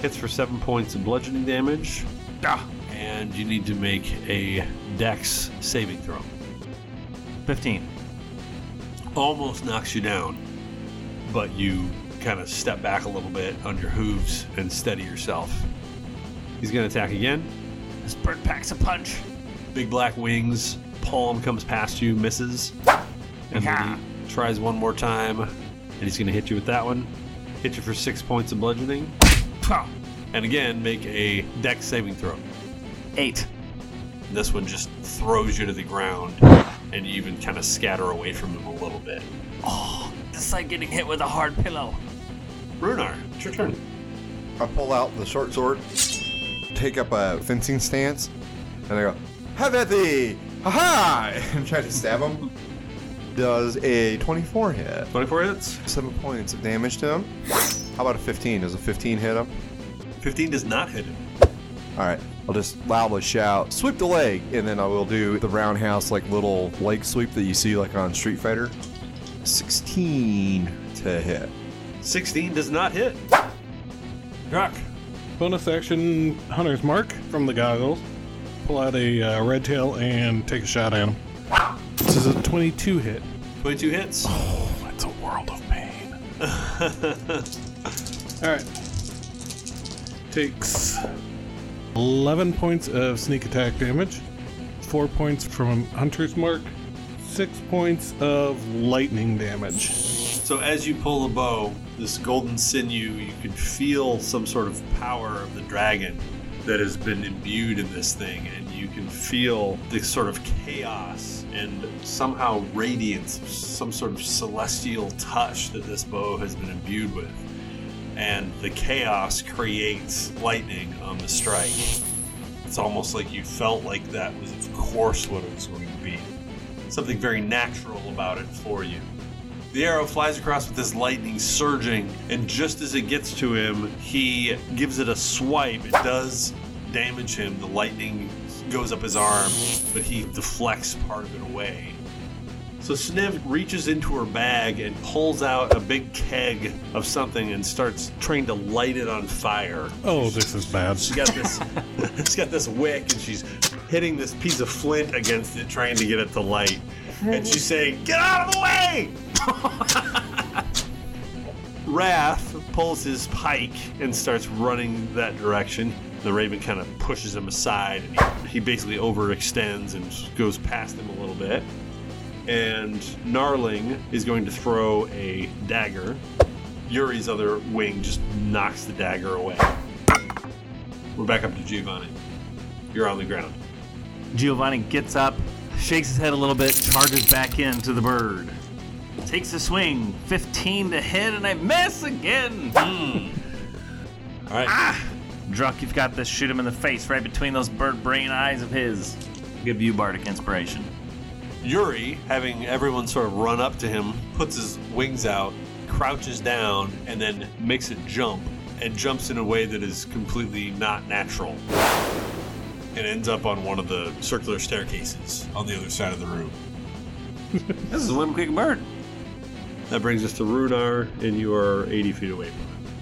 Speaker 2: Hits for seven points of bludgeoning damage,
Speaker 3: Ah,
Speaker 2: and you need to make a dex saving throw.
Speaker 3: 15.
Speaker 2: Almost knocks you down, but you kind of step back a little bit on your hooves and steady yourself. He's going to attack again.
Speaker 3: This bird packs a punch.
Speaker 2: big black wings. Palm comes past you, misses, and then he tries one more time, and he's going to hit you with that one. Hit you for six points of bludgeoning,
Speaker 3: Pow.
Speaker 2: and again make a dex saving throw.
Speaker 3: Eight.
Speaker 2: And this one just throws you to the ground, and you even kind of scatter away from him a little bit.
Speaker 3: It's like getting hit with a hard pillow.
Speaker 2: Runar, it's your turn.
Speaker 4: I pull out the short sword, take up a fencing stance, and I go, Have at thee! Ha ha! And try to stab him. Does a 24 hit.
Speaker 2: 24 hits.
Speaker 4: Seven points of damage to him. How about a 15? Does a 15 hit him?
Speaker 2: 15 does not hit him.
Speaker 4: All right. I'll just loudly shout, sweep the leg, and then I will do the roundhouse, like little leg sweep that you see, like on Street Fighter. 16 to hit.
Speaker 2: 16 does not hit. Druck,
Speaker 1: Bonus action Hunter's Mark from the goggles. Pull out a uh, red tail and take a shot at him. This is a 22 hit.
Speaker 2: 22 hits.
Speaker 1: That's a world of pain. Alright. Takes 11 points of sneak attack damage, 4 points from Hunter's Mark, 6 points of lightning damage.
Speaker 2: So as you pull the bow, this golden sinew, you can feel some sort of power of the dragon that has been imbued in this thing, and you can feel this sort of chaos and somehow radiance, some sort of celestial touch that this bow has been imbued with. And the chaos creates lightning on the strike. It's almost like you felt like that was, of course, what it was going to be. Something very natural about it for you. The arrow flies across with this lightning surging, and just as it gets to him, he gives it a swipe. It does damage him. The lightning goes up his arm, but he deflects part of it away. So Sniv reaches into her bag and pulls out a big keg of something and starts trying to light it on fire.
Speaker 1: Oh, this is bad.
Speaker 2: She's got this she's got this wick and she's hitting this piece of flint against it trying to get it to light. And she's saying, "Get out of the way!" Wrath pulls his pike and starts running that direction. The raven kind of pushes him aside and he basically overextends and goes past him a little bit. And Gnarling is going to throw a dagger. Yuri's other wing just knocks the dagger away. We're back up to Giovanni. You're on the ground.
Speaker 3: Giovanni gets up, shakes his head a little bit, charges back into the bird. Takes a swing, 15 to hit, and I miss again.
Speaker 2: All right.
Speaker 3: Ah! Druck, you've got this. Shoot him in the face, right between those bird brain eyes of his. Give you bardic inspiration.
Speaker 2: Yuri, having everyone sort of run up to him, puts his wings out, crouches down, and then makes a jump and jumps in a way that is completely not natural. And ends up on one of the circular staircases on the other side of the room.
Speaker 3: This is a limb quick bird.
Speaker 2: That brings us to Runar, and you are 80 feet away from him.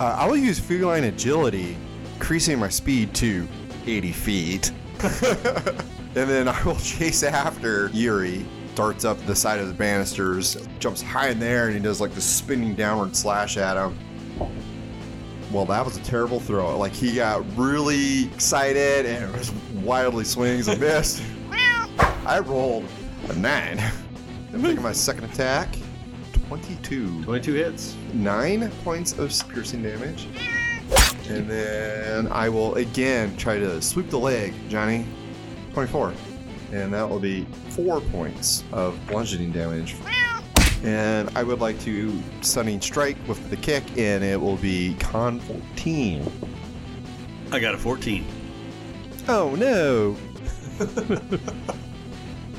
Speaker 4: Uh, I will use feline agility, increasing my speed to 80 feet. and then I will chase after Yuri. Darts up the side of the banisters, jumps high in there, and he does like the spinning downward slash at him. Well, that was a terrible throw. Like he got really excited and just wildly swings and missed. I rolled a nine. I'm taking my second attack. 22
Speaker 2: 22 hits.
Speaker 4: nine points of piercing damage. And then I will again try to sweep the leg, Johnny. 24. And that will be four points of bludgeoning damage. And I would like to stunning strike with the kick, and it will be con 14.
Speaker 2: I got a 14.
Speaker 4: Oh no!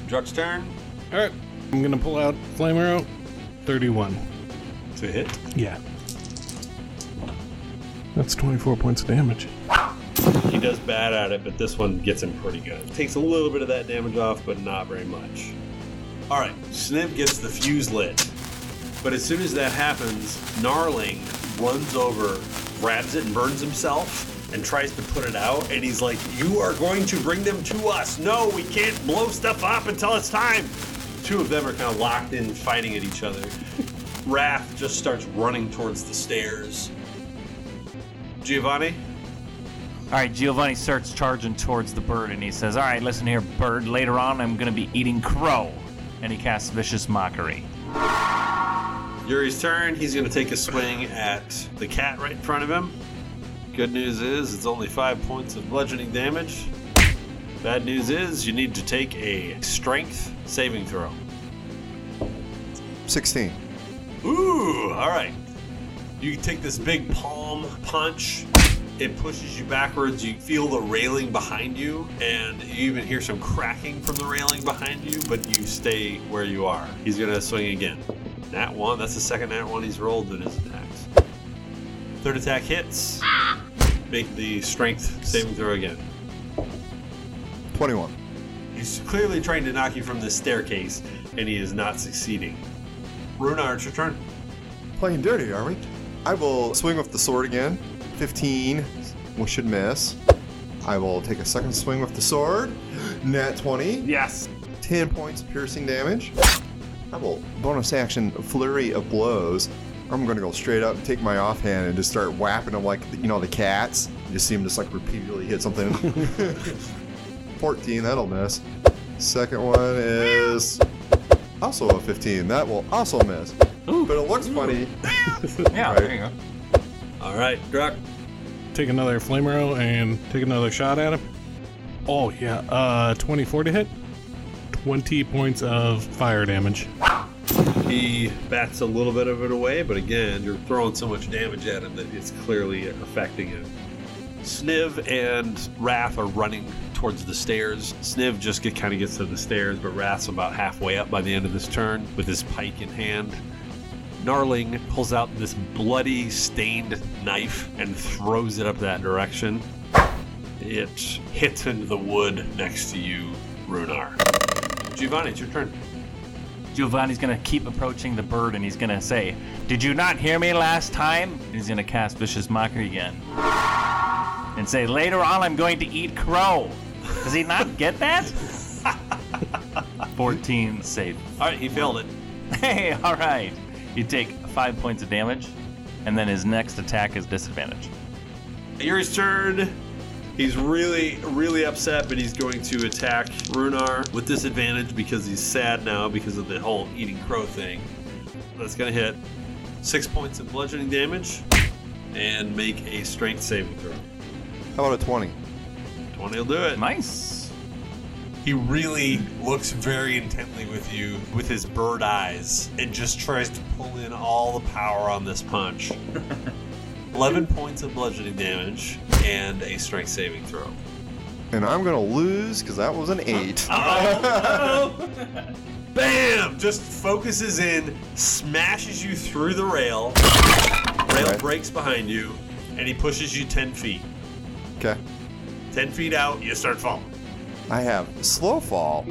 Speaker 5: Druck's turn.
Speaker 1: All right, I'm gonna pull out flame arrow, 31.
Speaker 2: To hit.
Speaker 1: Yeah, that's 24 points of damage.
Speaker 2: He does bad at it, but this one gets him pretty good. Takes a little bit of that damage off, but not very much. All right, Sniv gets the fuse lit, but as soon as that happens, Gnarling runs over, grabs it, and burns himself, and tries to put it out. And he's like, "You are going to bring them to us? No, we can't blow stuff up until it's time." Two of them are kind of locked in, fighting at each other. Wrath just starts running towards the stairs. Giovanni,
Speaker 3: All right, Giovanni starts charging towards the bird, and he says, "All right, listen here, bird. Later on, I'm gonna be eating crow." And he casts vicious mockery.
Speaker 2: Yuri's turn. He's going to take a swing at the cat right in front of him. Good news is it's only five points of bludgeoning damage. Bad news is you need to take a strength saving throw.
Speaker 4: 16.
Speaker 2: Ooh, all right. You take this big palm punch. It pushes you backwards. You feel the railing behind you, and you even hear some cracking from the railing behind you, but you stay where you are. He's going to swing again. Nat 1, that's the second Nat 1 he's rolled in his attacks. Third attack hits. Make the strength saving throw again.
Speaker 4: 21.
Speaker 2: He's clearly trying to knock you from the staircase, and he is not succeeding. Runar, it's your turn.
Speaker 4: Playing dirty, are we? I will swing with the sword again. 15. We should miss. I will take a second swing with the sword. Nat 20.
Speaker 3: Yes.
Speaker 4: 10 points of piercing damage. I will bonus action flurry of blows. I'm gonna go straight up, take my offhand, and just start whapping him like you know the cats. You just see him just like repeatedly hit something. 14, that'll miss. Second one is also a 15. That will also miss. But it looks funny.
Speaker 5: Yeah,
Speaker 4: Right.
Speaker 5: there you go.
Speaker 2: All right, Druck.
Speaker 1: Take another flame arrow and take another shot at him. Oh yeah, uh, 24 to hit, 20 points of fire damage.
Speaker 2: He bats a little bit of it away, but again, you're throwing so much damage at him that it's clearly affecting him. Sniv and Wrath are running towards the stairs. Sniv just get, kind of gets to the stairs, but Wrath's about halfway up by the end of this turn with his pike in hand. Gnarling pulls out this bloody, stained knife and throws it up that direction. It hits into the wood next to you, Runar. Giovanni, it's your turn.
Speaker 3: Giovanni's gonna keep approaching the bird and he's gonna say, Did you not hear me last time? And he's gonna cast Vicious Mockery again. And say, Later on, I'm going to eat crow. Does he not get that? 14 save.
Speaker 2: All right, he failed it.
Speaker 3: Hey, alright. You take five points of damage, and then his next attack is disadvantage.
Speaker 2: Yuri's turn. He's really, really upset, but he's going to attack Runar with disadvantage because he's sad now because of the whole eating crow thing. That's going to hit six points of bludgeoning damage and make a strength saving throw.
Speaker 4: How about a 20?
Speaker 2: 20 will do it.
Speaker 3: Nice.
Speaker 6: He really looks very intently with you with his bird eyes and just tries to pull in all the power on this punch. 11 points of bludgeoning damage and a strength saving throw.
Speaker 4: And I'm going to lose because that was an 8.
Speaker 6: Bam! Just focuses in, smashes you through the rail. Rail
Speaker 4: Right.
Speaker 6: breaks behind you, and he pushes you 10 feet.
Speaker 4: Okay.
Speaker 6: 10 feet out, you start falling.
Speaker 4: I have slow fall.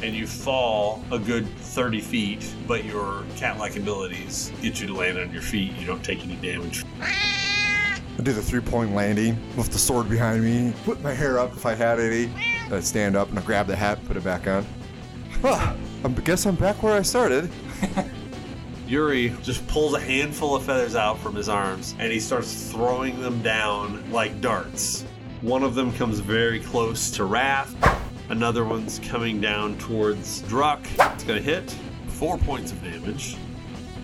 Speaker 6: And you fall a good 30 feet, but your cat like abilities get you to land on your feet. You don't take any damage.
Speaker 4: I did the three point landing with the sword behind me, put my hair up if I had any. I stand up and I grab the hat, put it back on. Huh, I guess I'm back where I started.
Speaker 6: Yuri just pulls a handful of feathers out from his arms and he starts throwing them down like darts.
Speaker 2: One of them comes very close to Wrath. Another one's coming down towards Druck. It's going to hit four points of damage.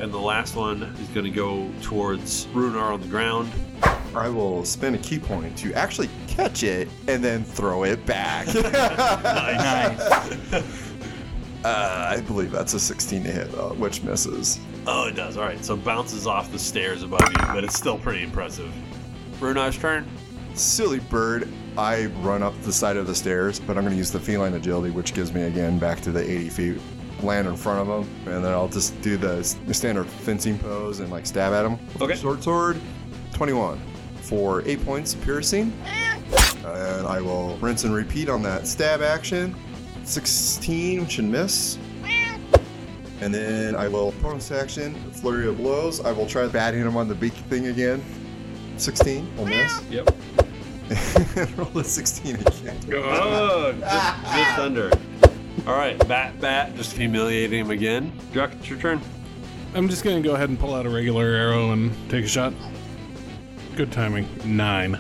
Speaker 2: And the last one is going to go towards Runar on the ground.
Speaker 4: I will spend a key point to actually catch it and then throw it back. uh,
Speaker 3: Nice.
Speaker 4: I believe that's a 16 to hit, though, which misses.
Speaker 2: Oh, it does. All right. So it bounces off the stairs above you, but it's still pretty impressive. Runar's turn.
Speaker 4: Silly bird, I run up the side of the stairs, but I'm going to use the feline agility, which gives me again back to the 80 feet. Land in front of him, and then I'll just do the s- standard fencing pose and like stab at him.
Speaker 2: Okay.
Speaker 4: Sword, sword, 21 for eight points of piercing. And I will rinse and repeat on that stab action. 16 should miss. And then I will bonus action, flurry of blows. I will try batting him on the beak thing again. 16 will miss.
Speaker 2: Yep.
Speaker 4: Roll a 16 again.
Speaker 2: Oh, just, just under. All right. Bat, bat. Just humiliating him again. Druck, it's your turn.
Speaker 1: I'm just gonna go ahead and pull out a regular arrow and take a shot. Good timing. Nine.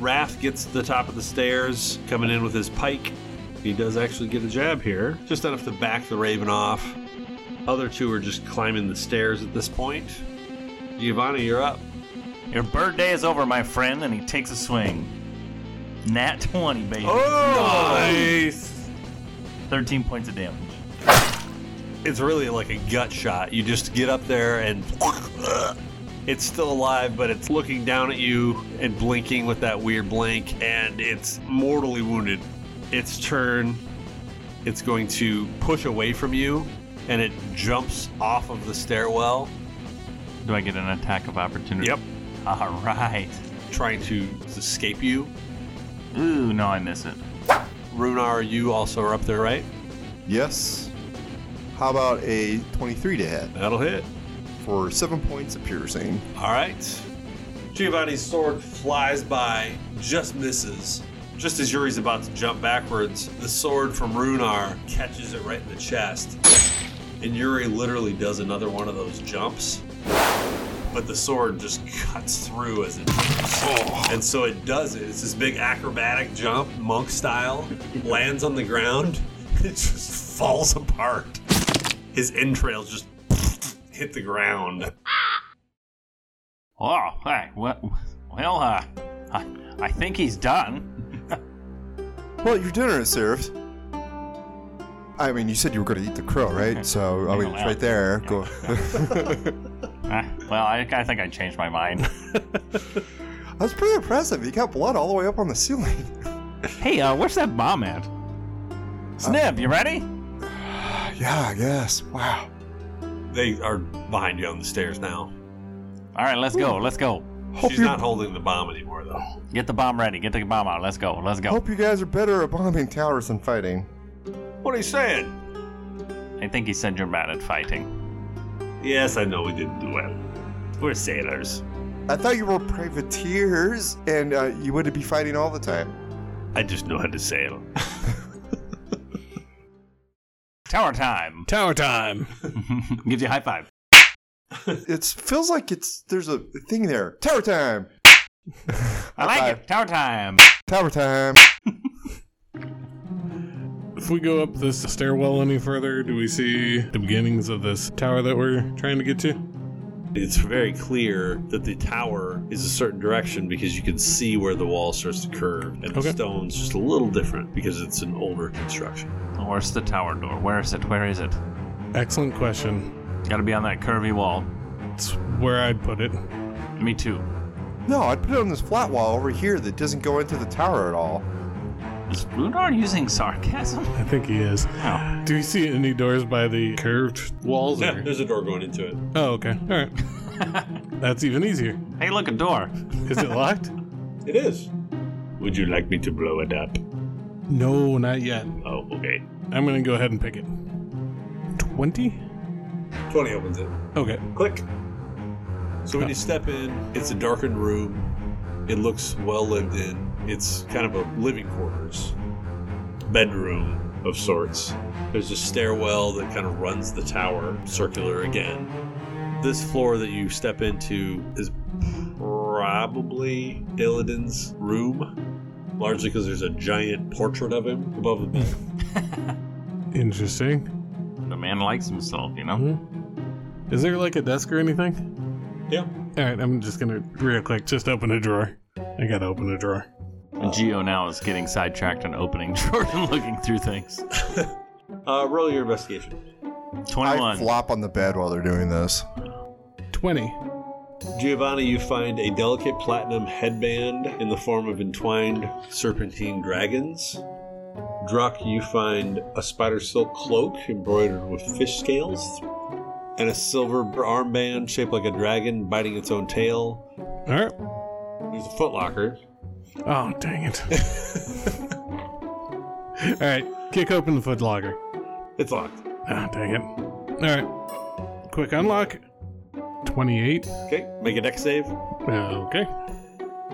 Speaker 2: Raph gets to the top of the stairs, coming in with his pike. He does actually get a jab here, just enough to back the raven off. Other two are just climbing the stairs at this point. Giovanni, you're up.
Speaker 3: Your bird day is over, my friend, and he takes a swing. Nat 20, baby.
Speaker 2: Oh! Nice.
Speaker 3: 13 points of damage.
Speaker 2: It's really like a gut shot. You just get up there and it's still alive, but it's looking down at you and blinking with that weird blink, and it's mortally wounded. Its turn, it's going to push away from you, and it jumps off of the stairwell,
Speaker 3: Do I get an attack of opportunity?
Speaker 2: Yep.
Speaker 3: All right.
Speaker 2: trying to escape you.
Speaker 3: Ooh, no, I miss it.
Speaker 2: Runar, you also are up there, right?
Speaker 4: Yes. How about a 23 to hit
Speaker 2: That'll hit.
Speaker 4: for seven points of piercing?
Speaker 2: All right. Giovanni's sword flies by, just misses. Just as Yuri's about to jump backwards, the sword from Runar catches it right in the chest. And Yuri literally does another one of those jumps. But the sword just cuts through as it jumps. And so it does it. It's this big acrobatic jump, monk style, lands on the ground. It just falls apart. His entrails just hit the ground.
Speaker 3: Oh, hey, well, well uh, I, I think he's done.
Speaker 4: Well, your dinner is served. I mean, you said you were going to eat the crow, right? So, I mean, it's right there. Go.
Speaker 3: Ah, well, I, I think I changed my mind.
Speaker 4: That's pretty impressive. You got blood all the way up on the ceiling.
Speaker 3: hey, uh, where's that bomb at? Uh, Snib, you ready?
Speaker 4: Yeah, I guess. Wow.
Speaker 2: They are behind you on the stairs now.
Speaker 3: All right, let's go. Let's go.
Speaker 4: Hope
Speaker 2: She's
Speaker 4: you,
Speaker 2: not holding the bomb anymore, though.
Speaker 3: Get the bomb ready. Get the bomb out. Let's go. Let's go.
Speaker 4: hope you guys are better at bombing towers than fighting.
Speaker 2: What are you saying?
Speaker 3: I think he said you're bad at fighting.
Speaker 2: Yes, I know we didn't do well. We're sailors.
Speaker 4: I thought you were privateers and uh, you would be fighting all the time.
Speaker 2: I just know how to sail.
Speaker 3: Tower time.
Speaker 1: Tower time.
Speaker 3: Gives you a high five.
Speaker 4: It feels like it's there's a thing there. Tower time.
Speaker 3: I like
Speaker 4: five.
Speaker 3: it. Tower time.
Speaker 4: Tower time.
Speaker 1: If we go up this stairwell any further, do we see the beginnings of this tower that we're trying to get to?
Speaker 2: It's very clear that the tower is a certain direction because you can see where the wall starts to curve, and
Speaker 1: Okay.
Speaker 2: the stone's just a little different because it's an older construction.
Speaker 3: Where's the tower door? Where is it? Where is it?
Speaker 1: Excellent question.
Speaker 3: Gotta be on that curvy wall.
Speaker 1: It's where I'd put it.
Speaker 3: Me too.
Speaker 4: No, I'd put it on this flat wall over here that doesn't go into the tower at all.
Speaker 3: Is Lunar using sarcasm?
Speaker 1: I think he is.
Speaker 3: No.
Speaker 1: Do you see any doors by the curved walls?
Speaker 2: Yeah,
Speaker 1: or-
Speaker 2: there's a door going into it.
Speaker 1: Oh, okay. All right. That's even easier.
Speaker 3: Hey, look, a door.
Speaker 1: Is it locked?
Speaker 2: It is. Would you like me to blow it up?
Speaker 1: No, not yet.
Speaker 2: Oh, okay.
Speaker 1: I'm gonna go ahead and pick it. Twenty?
Speaker 2: 20 opens it.
Speaker 1: Okay.
Speaker 2: Click. So when you step in, it's a darkened room. It looks well lived in. It's kind of a living quarters, bedroom of sorts. There's a stairwell that kind of runs the tower, circular again. This floor that you step into is probably Illidan's room, largely because there's a giant portrait of him above the bed.
Speaker 1: Interesting.
Speaker 3: The man likes himself, you know?
Speaker 1: Is there like a desk or anything?
Speaker 2: yeah.
Speaker 1: All right. I'm just gonna real quick just open a drawer. I gotta open a drawer.
Speaker 3: Geo now is getting sidetracked and opening drawers and looking through things.
Speaker 2: Uh, roll your investigation.
Speaker 3: 21.
Speaker 4: I flop on the bed while they're doing this.
Speaker 1: Twenty.
Speaker 2: Giovanni, you find a delicate platinum headband in the form of entwined serpentine dragons. Druck, you find a spider silk cloak embroidered with fish scales, and a silver armband shaped like a dragon biting its own tail.
Speaker 1: All right.
Speaker 2: There's a footlocker.
Speaker 1: Oh dang it. All right. Kick open the footlocker.
Speaker 2: It's locked.
Speaker 1: Ah, dang it. All right. Quick unlock. Twenty-eight.
Speaker 2: Okay, make a deck save.
Speaker 1: Okay.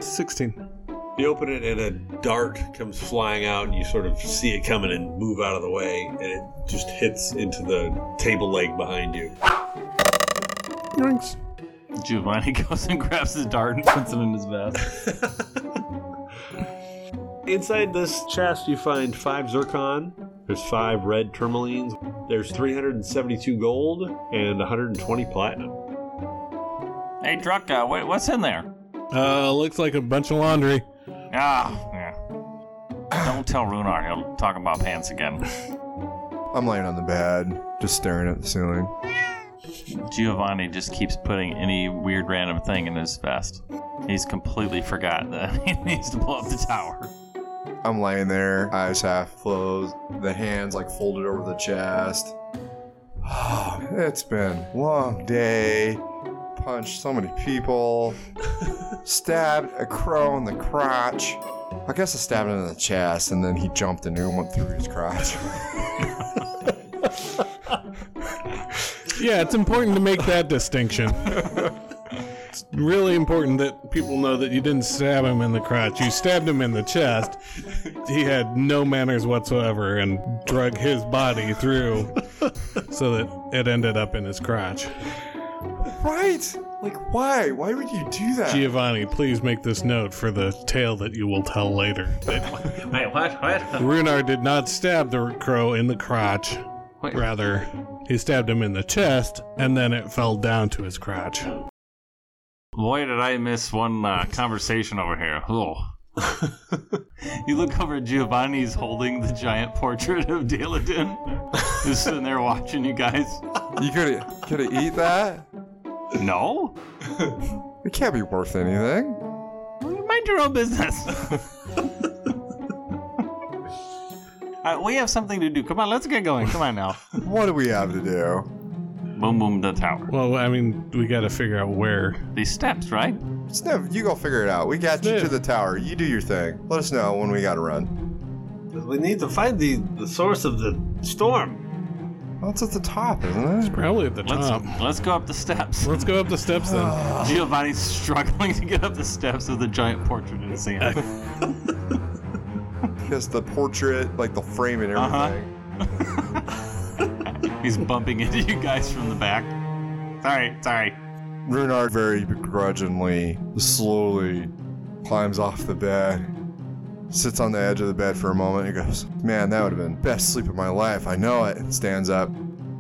Speaker 1: Sixteen.
Speaker 2: You open it, and a dart comes flying out, and you sort of see it coming and move out of the way, and it just hits into the table leg behind you.
Speaker 1: Thanks.
Speaker 3: Giovanni goes and grabs his dart and puts it in his vest.
Speaker 2: Inside this chest, you find five zircon. There's five red tourmalines. There's 372 gold and 120 platinum.
Speaker 3: hey, Drucka, wait, what's in there?
Speaker 1: Uh, looks like a bunch of laundry.
Speaker 3: Ah, yeah. Don't tell Runar, he'll talk about pants again.
Speaker 4: I'm laying on the bed, just staring at the ceiling.
Speaker 3: Giovanni just keeps putting any weird random thing in his vest. He's completely forgot that he needs to blow up the tower.
Speaker 4: I'm laying there, eyes half closed, the hands like folded over the chest. it's been a long day. Punched so many people. stabbed a crow in the crotch. I guess I stabbed him in the chest, and then he jumped and it went through his crotch.
Speaker 1: Yeah, it's important to make that distinction. It's really important that people know that you didn't stab him in the crotch. You stabbed him in the chest. He had no manners whatsoever and drug his body through so that it ended up in his crotch.
Speaker 4: right? Like, why? Why would you do that?
Speaker 1: Giovanni, please make this note for the tale that you will tell later. That
Speaker 3: Wait, what? What?
Speaker 1: Runar did not stab the crow in the crotch.
Speaker 3: Wait.
Speaker 1: Rather, he stabbed him in the chest and then it fell down to his crotch.
Speaker 3: Boy, did I miss one uh, conversation over here. Oh. you look over at Giovanni, he's holding the giant portrait of Daladin. Just sitting there watching you guys.
Speaker 4: you could could have eat that.
Speaker 3: No?
Speaker 4: It can't be worth anything.
Speaker 3: Mind your own business. Uh, we have something to do. Come on, let's get going. Come on now.
Speaker 4: What do we have to do?
Speaker 3: boom, boom, the tower.
Speaker 1: Well, I mean, we got to figure out where
Speaker 3: These steps, right?
Speaker 4: Sniv, you go figure it out. We got you
Speaker 1: Yeah.
Speaker 4: to the tower. You do your thing. Let us know when we gotta run.
Speaker 7: We need to find the, the source of the storm.
Speaker 4: Well, it's at the top, isn't it?
Speaker 1: Probably at the
Speaker 3: Let's
Speaker 1: top.
Speaker 3: let's go up the steps.
Speaker 1: Let's go up the steps then.
Speaker 3: Giovanni's struggling to get up the steps of the giant portrait in his hand.
Speaker 4: Just the portrait, like the frame and everything.
Speaker 3: Uh-huh. He's bumping into you guys from the back. Sorry, sorry.
Speaker 4: Runar very begrudgingly, slowly climbs off the bed, sits on the edge of the bed for a moment, and goes, Man, that would have been best sleep of my life. I know it. And stands up,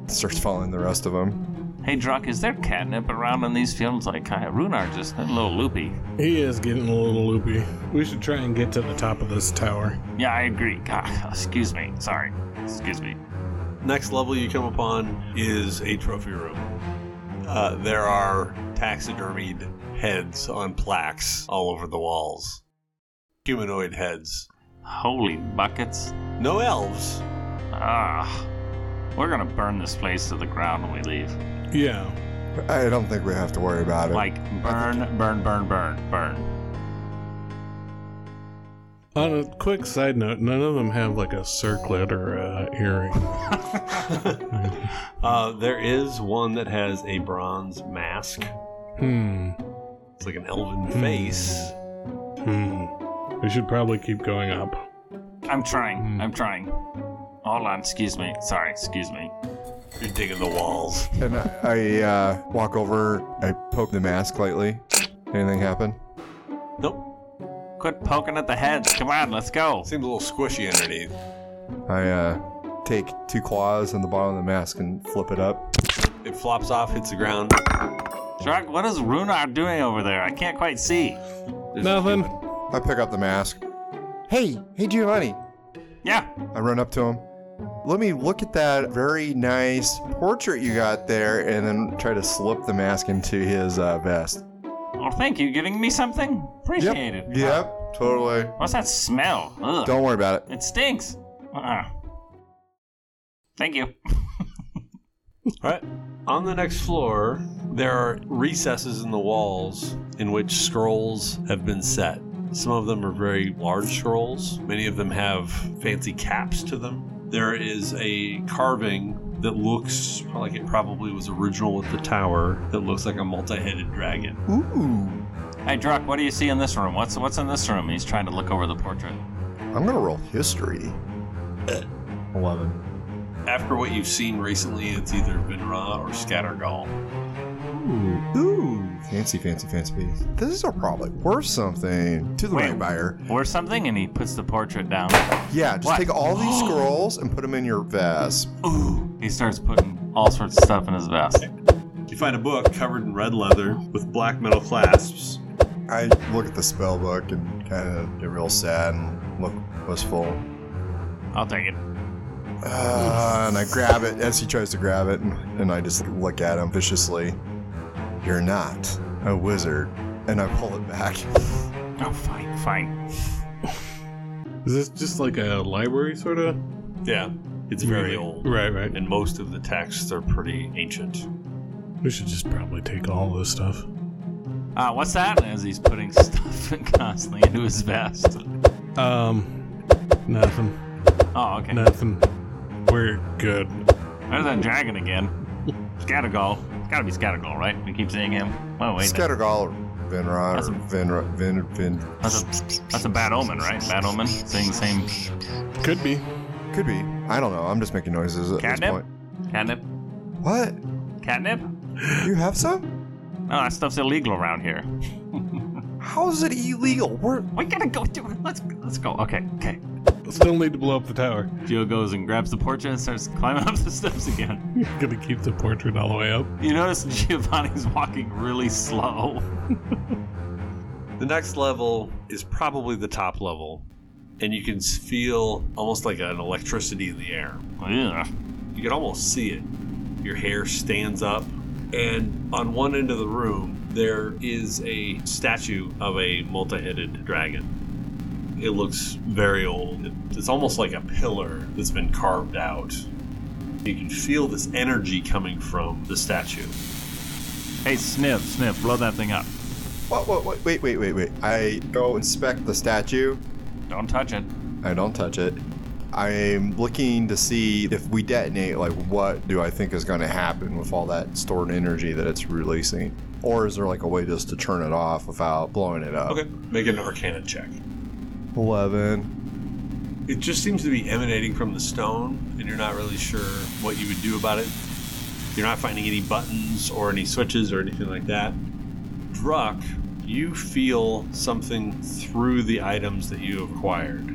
Speaker 4: starts following the rest of them.
Speaker 3: Hey, Druck, is there catnip around in these films? Like, Kaya Runar just a little loopy.
Speaker 1: He is getting a little loopy. We should try and get to the top of this tower.
Speaker 3: Yeah, I agree. God, excuse me. Sorry. Excuse me.
Speaker 2: Next level you come upon is a trophy room. Uh, there are taxidermied heads on plaques all over the walls. Humanoid heads.
Speaker 3: Holy buckets.
Speaker 2: No elves.
Speaker 3: Ah. We're gonna burn this place to the ground when we leave.
Speaker 1: Yeah.
Speaker 4: I don't think we have to worry about it.
Speaker 3: Like, burn, burn, burn, burn, burn.
Speaker 1: On a quick side note, none of them have like a circlet or a earring.
Speaker 2: Uh, there is one that has a bronze mask.
Speaker 1: Hmm.
Speaker 2: It's like an elven face.
Speaker 1: Hmm. We should probably keep going up.
Speaker 3: I'm trying. I'm trying. Hold on. Excuse me. Sorry. Excuse me.
Speaker 2: You're digging the walls.
Speaker 4: and I, I uh, walk over, I poke the mask lightly. Anything happen?
Speaker 2: Nope.
Speaker 3: Quit poking at the heads. Come on, let's go.
Speaker 2: Seems a little squishy underneath.
Speaker 4: I uh, take two claws on the bottom of the mask and flip it up.
Speaker 2: It flops off, hits the ground.
Speaker 3: Druck, what is Runar doing over there? I can't quite see.
Speaker 1: Nothing.
Speaker 4: I pick up the mask. Hey, hey, Giovanni,
Speaker 3: Yeah.
Speaker 4: I run up to him. Let me look at that very nice portrait you got there, and then try to slip the mask into his uh, vest.
Speaker 3: Well, Oh, thank you. Giving me something? Appreciate it.
Speaker 4: Yep. Totally.
Speaker 3: What's that smell? Ugh.
Speaker 4: Don't worry about it.
Speaker 3: It stinks. Uh-uh. Thank you.
Speaker 2: All right. On the next floor, there are recesses in the walls in which scrolls have been set. Some of them are very large scrolls, many of them have fancy caps to them. There is a carving that looks like it probably was original with the tower that looks like a multi headed dragon.
Speaker 4: Ooh.
Speaker 3: Hey, Druck, what do you see in this room? What's what's in this room? He's trying to look over the portrait.
Speaker 4: I'm gonna roll history. Eleven.
Speaker 2: After what you've seen recently, it's either Vinra or Scattergall.
Speaker 4: Ooh. Fancy, fancy, fancy piece. This will probably worth something to the
Speaker 3: Wait.
Speaker 4: right buyer.
Speaker 3: Or something, and he puts the portrait down.
Speaker 4: Yeah, just
Speaker 3: What?
Speaker 4: take all these scrolls and put them in your vest.
Speaker 3: Ooh. He starts putting all sorts of stuff in his vest.
Speaker 2: You find a book covered in red leather with black metal clasps.
Speaker 4: I look at the spell book and kind of get real sad and look wistful.
Speaker 3: I'll take it.
Speaker 4: Uh, and I grab it as he tries to grab it, and, and I just look at him viciously. You're not a wizard. And I pull it back.
Speaker 3: Oh, fine, fine.
Speaker 1: Is this just like a library sort of?
Speaker 2: Yeah, it's very old.
Speaker 1: Right, right.
Speaker 2: and most of the texts are pretty ancient.
Speaker 1: We should just probably take all this stuff.
Speaker 3: Uh, what's that? As he's putting stuff constantly into his vest.
Speaker 1: Um, nothing.
Speaker 3: Oh, okay.
Speaker 1: Nothing. We're good.
Speaker 3: There's that dragon again. Scattergall. It's gotta be Scattergall, right? We keep seeing him. Oh, wait.
Speaker 4: Scattergall, Vinra,
Speaker 3: That's a-
Speaker 4: or Vinra, Vin, Vin.
Speaker 3: That's a, that's a bad omen, right? Bad omen? Seeing the same
Speaker 1: Could be.
Speaker 4: Could be. I don't know. I'm just making noises at
Speaker 3: Catnip?
Speaker 4: this point.
Speaker 3: catnip.
Speaker 4: What?
Speaker 3: Catnip?
Speaker 4: You have some?
Speaker 3: No, that stuff's illegal around here.
Speaker 4: How is it e- illegal? We're
Speaker 3: We gotta go do it. Let's, let's go. Okay, okay.
Speaker 1: Still need to blow up the tower.
Speaker 3: Joe goes and grabs the portrait and starts climbing up the steps again.
Speaker 1: Gonna keep the portrait all the way up.
Speaker 3: You notice Giovanni's walking really slow.
Speaker 2: The next level is probably the top level, and you can s- feel almost like an electricity in the air.
Speaker 3: Ugh.
Speaker 2: You can almost see it. Your hair stands up, and on one end of the room, there is a statue of a multi headed dragon. It looks very old. It's almost like a pillar that's been carved out. You can feel this energy coming from the statue.
Speaker 3: Hey, Sniff, Sniff, blow that thing up.
Speaker 4: what, what, what, wait, wait, wait, wait. I go inspect the statue.
Speaker 3: Don't touch it.
Speaker 4: I don't touch it. I'm looking to see if we detonate, like, what do I think is going to happen with all that stored energy that it's releasing? Or is there like a way just to turn it off without blowing it up?
Speaker 2: Okay, make an Arcana check.
Speaker 4: 11.
Speaker 2: It just seems to be emanating from the stone, and you're not really sure what you would do about it. You're not finding any buttons or any switches or anything like that. Druck, you feel something through the items that you have acquired.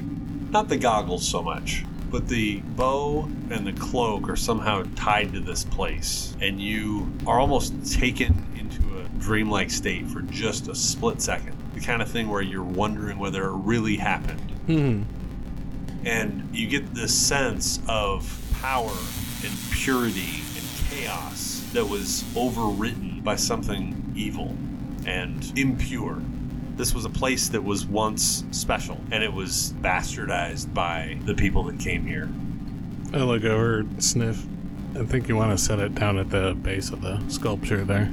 Speaker 2: Not the goggles so much, but the bow and the cloak are somehow tied to this place, and you are almost taken into a dreamlike state for just a split second. The kind of thing where you're wondering whether it really happened
Speaker 1: Hmm.
Speaker 2: and you get this sense of power and purity and chaos that was overwritten by something evil and impure. This was a place that was once special, and it was bastardized by the people that came here.
Speaker 1: I look over, sniff. I think you want to set it down at the base of the sculpture there.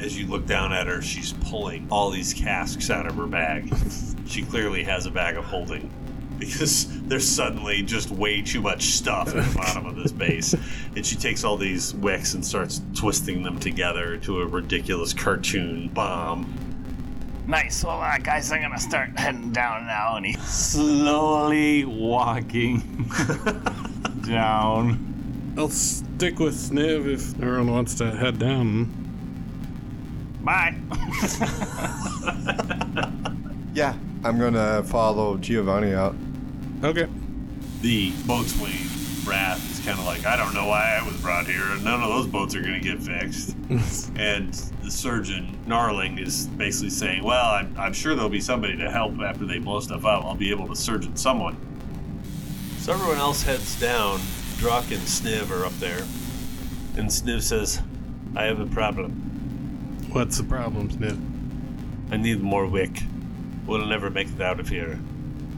Speaker 2: As you look down at her, she's pulling all these casks out of her bag. she clearly has a bag of holding because there's suddenly just way too much stuff at the bottom of this base. And she takes all these wicks and starts twisting them together to a ridiculous cartoon bomb.
Speaker 3: Nice. Well, uh, guys, I'm gonna start heading down now, and he's slowly walking down.
Speaker 1: I'll stick with Sniv if everyone wants to head down.
Speaker 3: Bye.
Speaker 4: Yeah, I'm going to follow Giovanni out.
Speaker 1: Okay.
Speaker 2: The boatswain, Wrath, is kind of like, I don't know why I was brought here. None of those boats are going to get fixed. And the surgeon, Gnarling, is basically saying, Well, I'm, I'm sure there'll be somebody to help after they blow stuff up. I'll be able to surgeon someone. So everyone else heads down. Druck and Sniv are up there. And Sniv says, I have a problem.
Speaker 1: What's the problem, Sniv?
Speaker 2: I need more wick. We'll never make it out of here.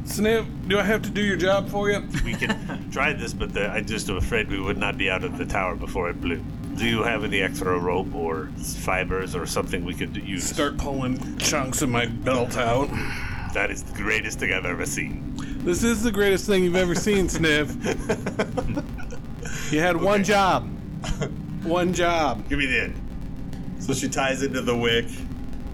Speaker 1: Sniv, do I have to do your job for you?
Speaker 2: We can try this, but the, I just am afraid we would not be out of the tower before it blew. Do you have any extra rope or fibers or something we could use?
Speaker 1: Start pulling chunks of my belt out.
Speaker 2: That is the greatest thing I've ever seen.
Speaker 1: This is the greatest thing you've ever seen, Sniv. You had one job. One job.
Speaker 2: Give me the end. So she ties into the wick,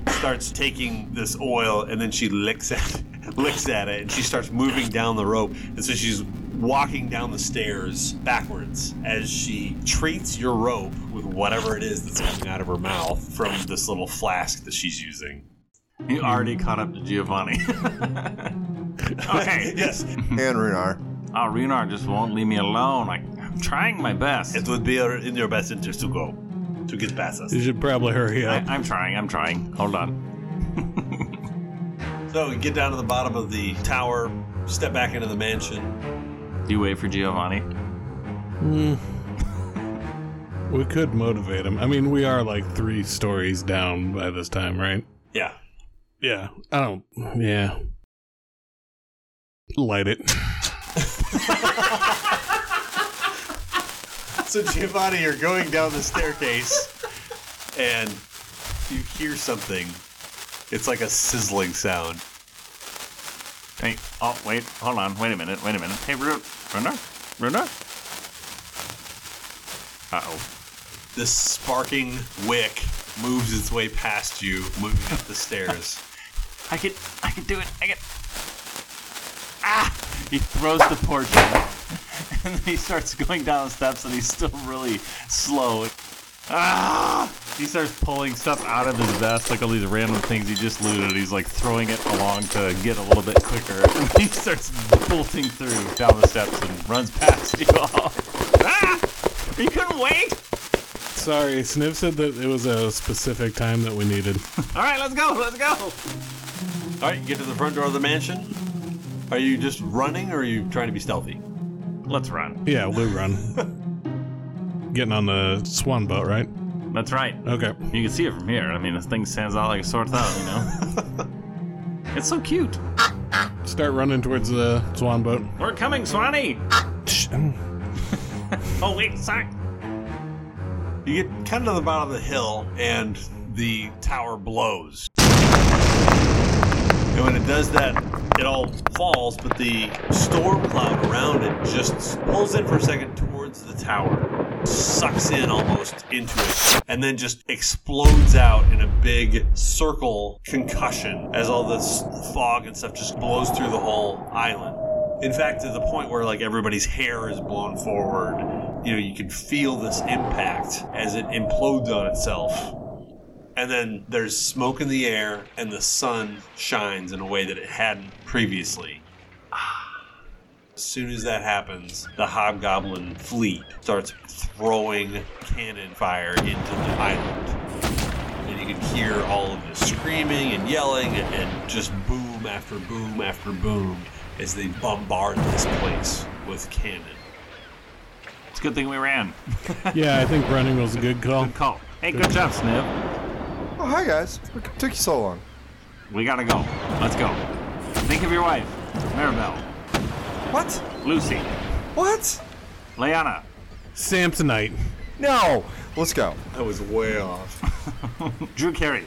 Speaker 2: starts taking this oil, and then she licks at licks at it, and she starts moving down the rope. And so she's walking down the stairs backwards as she treats your rope with whatever it is that's coming out of her mouth from this little flask that she's using.
Speaker 3: You already caught up to Giovanni. okay.
Speaker 2: Yes,
Speaker 4: and Runar.
Speaker 3: Oh, Renar just won't leave me alone. I, I'm trying my best.
Speaker 2: It would be in your best interest to go, to get past us.
Speaker 1: You should probably hurry
Speaker 3: I,
Speaker 1: up.
Speaker 3: I'm trying. I'm trying. Hold on.
Speaker 2: So we get down to the bottom of the tower, step back into the mansion.
Speaker 3: You wait for Giovanni.
Speaker 1: We could motivate him. I mean, we are like three stories down by this time, right?
Speaker 2: Yeah.
Speaker 1: Yeah. I don't. Yeah. Light it.
Speaker 2: So Giovanni, you're going down the staircase, and you hear something. It's like a sizzling sound.
Speaker 3: Hey. Oh, wait. Hold on. Wait a minute. Wait a minute. Hey, Ru- Runar. Runar. Uh oh.
Speaker 2: This sparking wick moves its way past you, moving up the stairs.
Speaker 3: I could, I could do it. I could. Ah! He throws the portion, and then he starts going down the steps, and he's still really slow. Ah! He starts pulling stuff out of his vest, like all these random things he just looted. He's like throwing it along to get a little bit quicker. And he starts bolting through down the steps and runs past you all. Ah! You couldn't wait.
Speaker 1: Sorry, Sniv said that it was a specific time that we needed.
Speaker 3: All right, let's go. Let's go.
Speaker 2: All right, you get to the front door of the mansion. Are you just running, or are you trying to be stealthy?
Speaker 3: Let's run.
Speaker 1: Yeah, we run. Getting on the swan boat, right?
Speaker 3: That's right.
Speaker 1: Okay.
Speaker 3: You can see it from here. I mean, this thing stands out like a sore thumb, you know? it's so cute.
Speaker 1: Start running towards the swan boat.
Speaker 3: We're coming, Swanee!
Speaker 1: Shh.
Speaker 3: Oh, wait, sorry.
Speaker 2: You get kind of to the bottom of the hill, and the tower blows. And when it does that, it all falls, but the storm cloud around it just pulls in for a second towards the tower, sucks in almost into it, and then just explodes out in a big circle concussion as all this fog and stuff just blows through the whole island. In fact, to the point where like everybody's hair is blown forward, you know, you can feel this impact as it implodes on itself and then there's smoke in the air, and the sun shines in a way that it hadn't previously. Ah. As soon as that happens, the hobgoblin fleet starts throwing cannon fire into the island. And you can hear all of the screaming and yelling and, and just boom after boom after boom as they bombard this place with cannon.
Speaker 3: It's a good thing we ran.
Speaker 1: Yeah, I think running was a good call.
Speaker 3: Good call. Hey, good job, Sniv.
Speaker 4: Oh, hi guys. What took you so long?
Speaker 3: We gotta go. Let's go. Think of your wife, Maribel,
Speaker 4: What?
Speaker 3: Lucy,
Speaker 4: What?
Speaker 3: Liana.
Speaker 1: Samsonite.
Speaker 4: No. Let's go.
Speaker 2: That was way off.
Speaker 3: Drew Carey.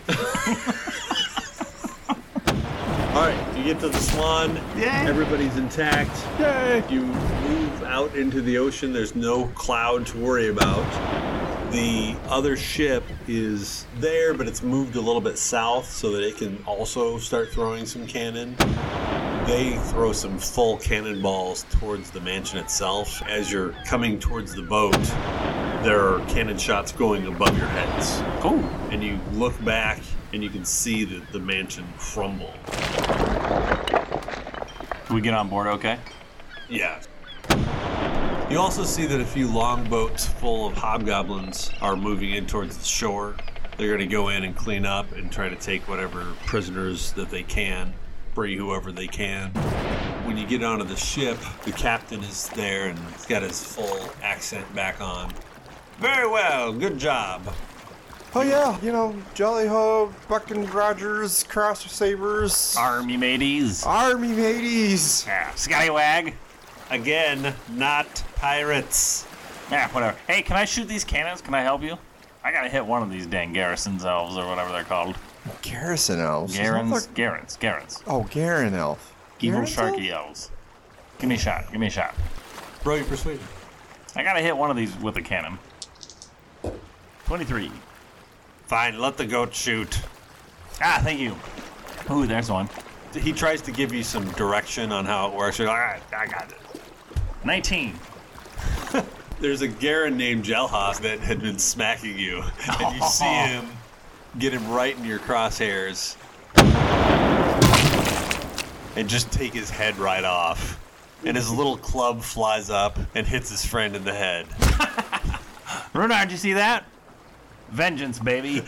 Speaker 2: All right, you get to the swan.
Speaker 3: Yay.
Speaker 2: Everybody's intact. You move out into the ocean. There's no cloud to worry about. The other ship is there, but it's moved a little bit south so that it can also start throwing some cannon. They throw some full cannonballs towards the mansion itself. As you're coming towards the boat, there are cannon shots going above your heads.
Speaker 3: Oh,
Speaker 2: And you look back and you can see that the mansion crumble.
Speaker 3: we get on board okay?
Speaker 2: Yeah. You also see that a few longboats full of hobgoblins are moving in towards the shore. They're going to go in and clean up and try to take whatever prisoners that they can, free whoever they can. When you get onto the ship, the captain is there and he's got his full accent back on. Very well, good job.
Speaker 4: Oh yeah, you know, Jolly Ho, Buckin' Rogers, Cross Sabers,
Speaker 3: Army mateys. Ah,
Speaker 4: Army mateys.
Speaker 3: Yeah, Skywag.
Speaker 2: Again, not pirates.
Speaker 3: Yeah, Ah, whatever. Hey, can I shoot these cannons? Can I help you? I gotta hit one of these dang garrisons elves or whatever they're called.
Speaker 4: Garrison elves.
Speaker 3: Garrons, Garrons, Garrons.
Speaker 4: Oh, Garen elf.
Speaker 3: Evil
Speaker 4: Garrison?
Speaker 3: sharky elves. Give me a shot. Give me a shot.
Speaker 2: Bro, you persuaded.
Speaker 3: I gotta hit one of these with a cannon. Twenty-three.
Speaker 2: Fine, let the goat shoot.
Speaker 3: Ah, thank you. Ooh, there's one.
Speaker 2: He tries to give you some direction on how it works. You're like, all right, I got it.
Speaker 3: Nineteen.
Speaker 2: There's a Garen named Jelhas that had been smacking you, and you see him get him right in your crosshairs, and just take his head right off. And his little club flies up and hits his friend in the head.
Speaker 3: Runar, did you see that? Vengeance, baby.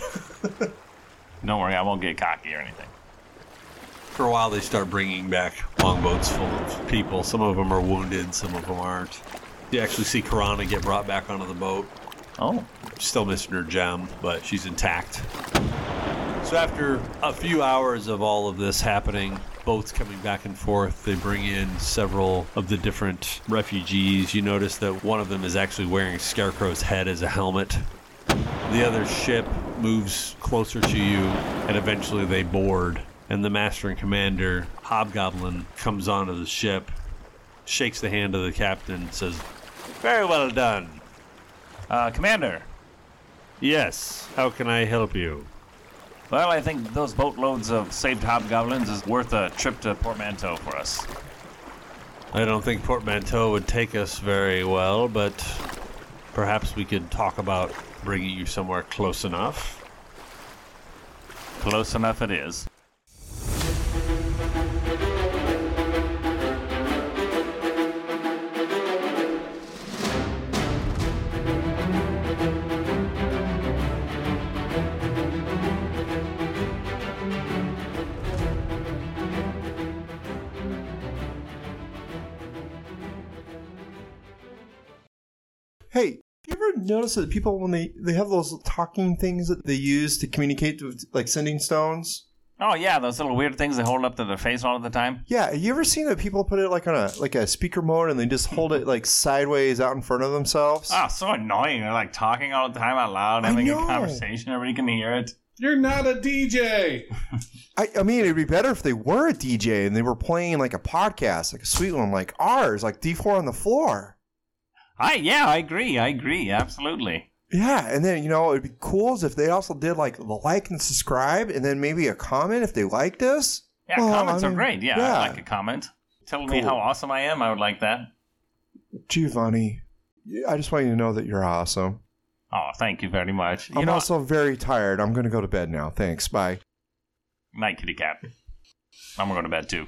Speaker 3: Don't worry, I won't get cocky or anything.
Speaker 2: For a while, they start bringing back longboats full of people. Some of them are wounded, some of them aren't. You actually see Karana get brought back onto the boat.
Speaker 3: Oh,
Speaker 2: still missing her gem, but she's intact. So after a few hours of all of this happening, boats coming back and forth, they bring in several of the different refugees. You notice that one of them is actually wearing Scarecrow's head as a helmet. The other ship moves closer to you, and eventually they board. And the master and commander, Hobgoblin, comes onto the ship, shakes the hand of the captain, says, Very well done.
Speaker 3: uh, Commander.
Speaker 2: Yes. How can I help you?
Speaker 3: Well, I think those boatloads of saved hobgoblins is worth a trip to Portmanteau for us.
Speaker 2: I don't think portmanteau would take us very well, but perhaps we could talk about bringing you somewhere close enough.
Speaker 3: Close enough it is.
Speaker 4: Hey, have you ever noticed that people when they they have those talking things that they use to communicate with like sending stones?
Speaker 3: Oh yeah, those little weird things they hold up to their face all of the time.
Speaker 4: Yeah, have you ever seen that people put it like on a like a speaker mode and they just hold it like sideways out in front of themselves?
Speaker 3: Ah, so annoying. They're like talking all the time out loud,
Speaker 4: I
Speaker 3: having a
Speaker 4: know.
Speaker 3: conversation, everybody can hear it.
Speaker 1: You're not a DJ.
Speaker 4: I, I mean, it'd be better if they were a DJ and they were playing like a podcast, like a sweet one, like ours, like D4 on the floor.
Speaker 3: I Ah, yeah, I agree. I agree. Absolutely.
Speaker 4: Yeah, and then you know it'd be cool is if they also did like the like and subscribe, and then maybe a comment if they liked us.
Speaker 3: Yeah,
Speaker 4: Well,
Speaker 3: comments
Speaker 4: Oh, I
Speaker 3: are
Speaker 4: mean,
Speaker 3: great. Yeah,
Speaker 4: yeah.
Speaker 3: I like a comment. Tell me how awesome I am. I would like that.
Speaker 4: Giovanni, I just want you to know that you're awesome.
Speaker 3: Oh, thank you very much. You
Speaker 4: I'm
Speaker 3: know,
Speaker 4: also very tired. I'm going to go to bed now. Thanks. Bye.
Speaker 3: night kitty cat. I'm going to bed too.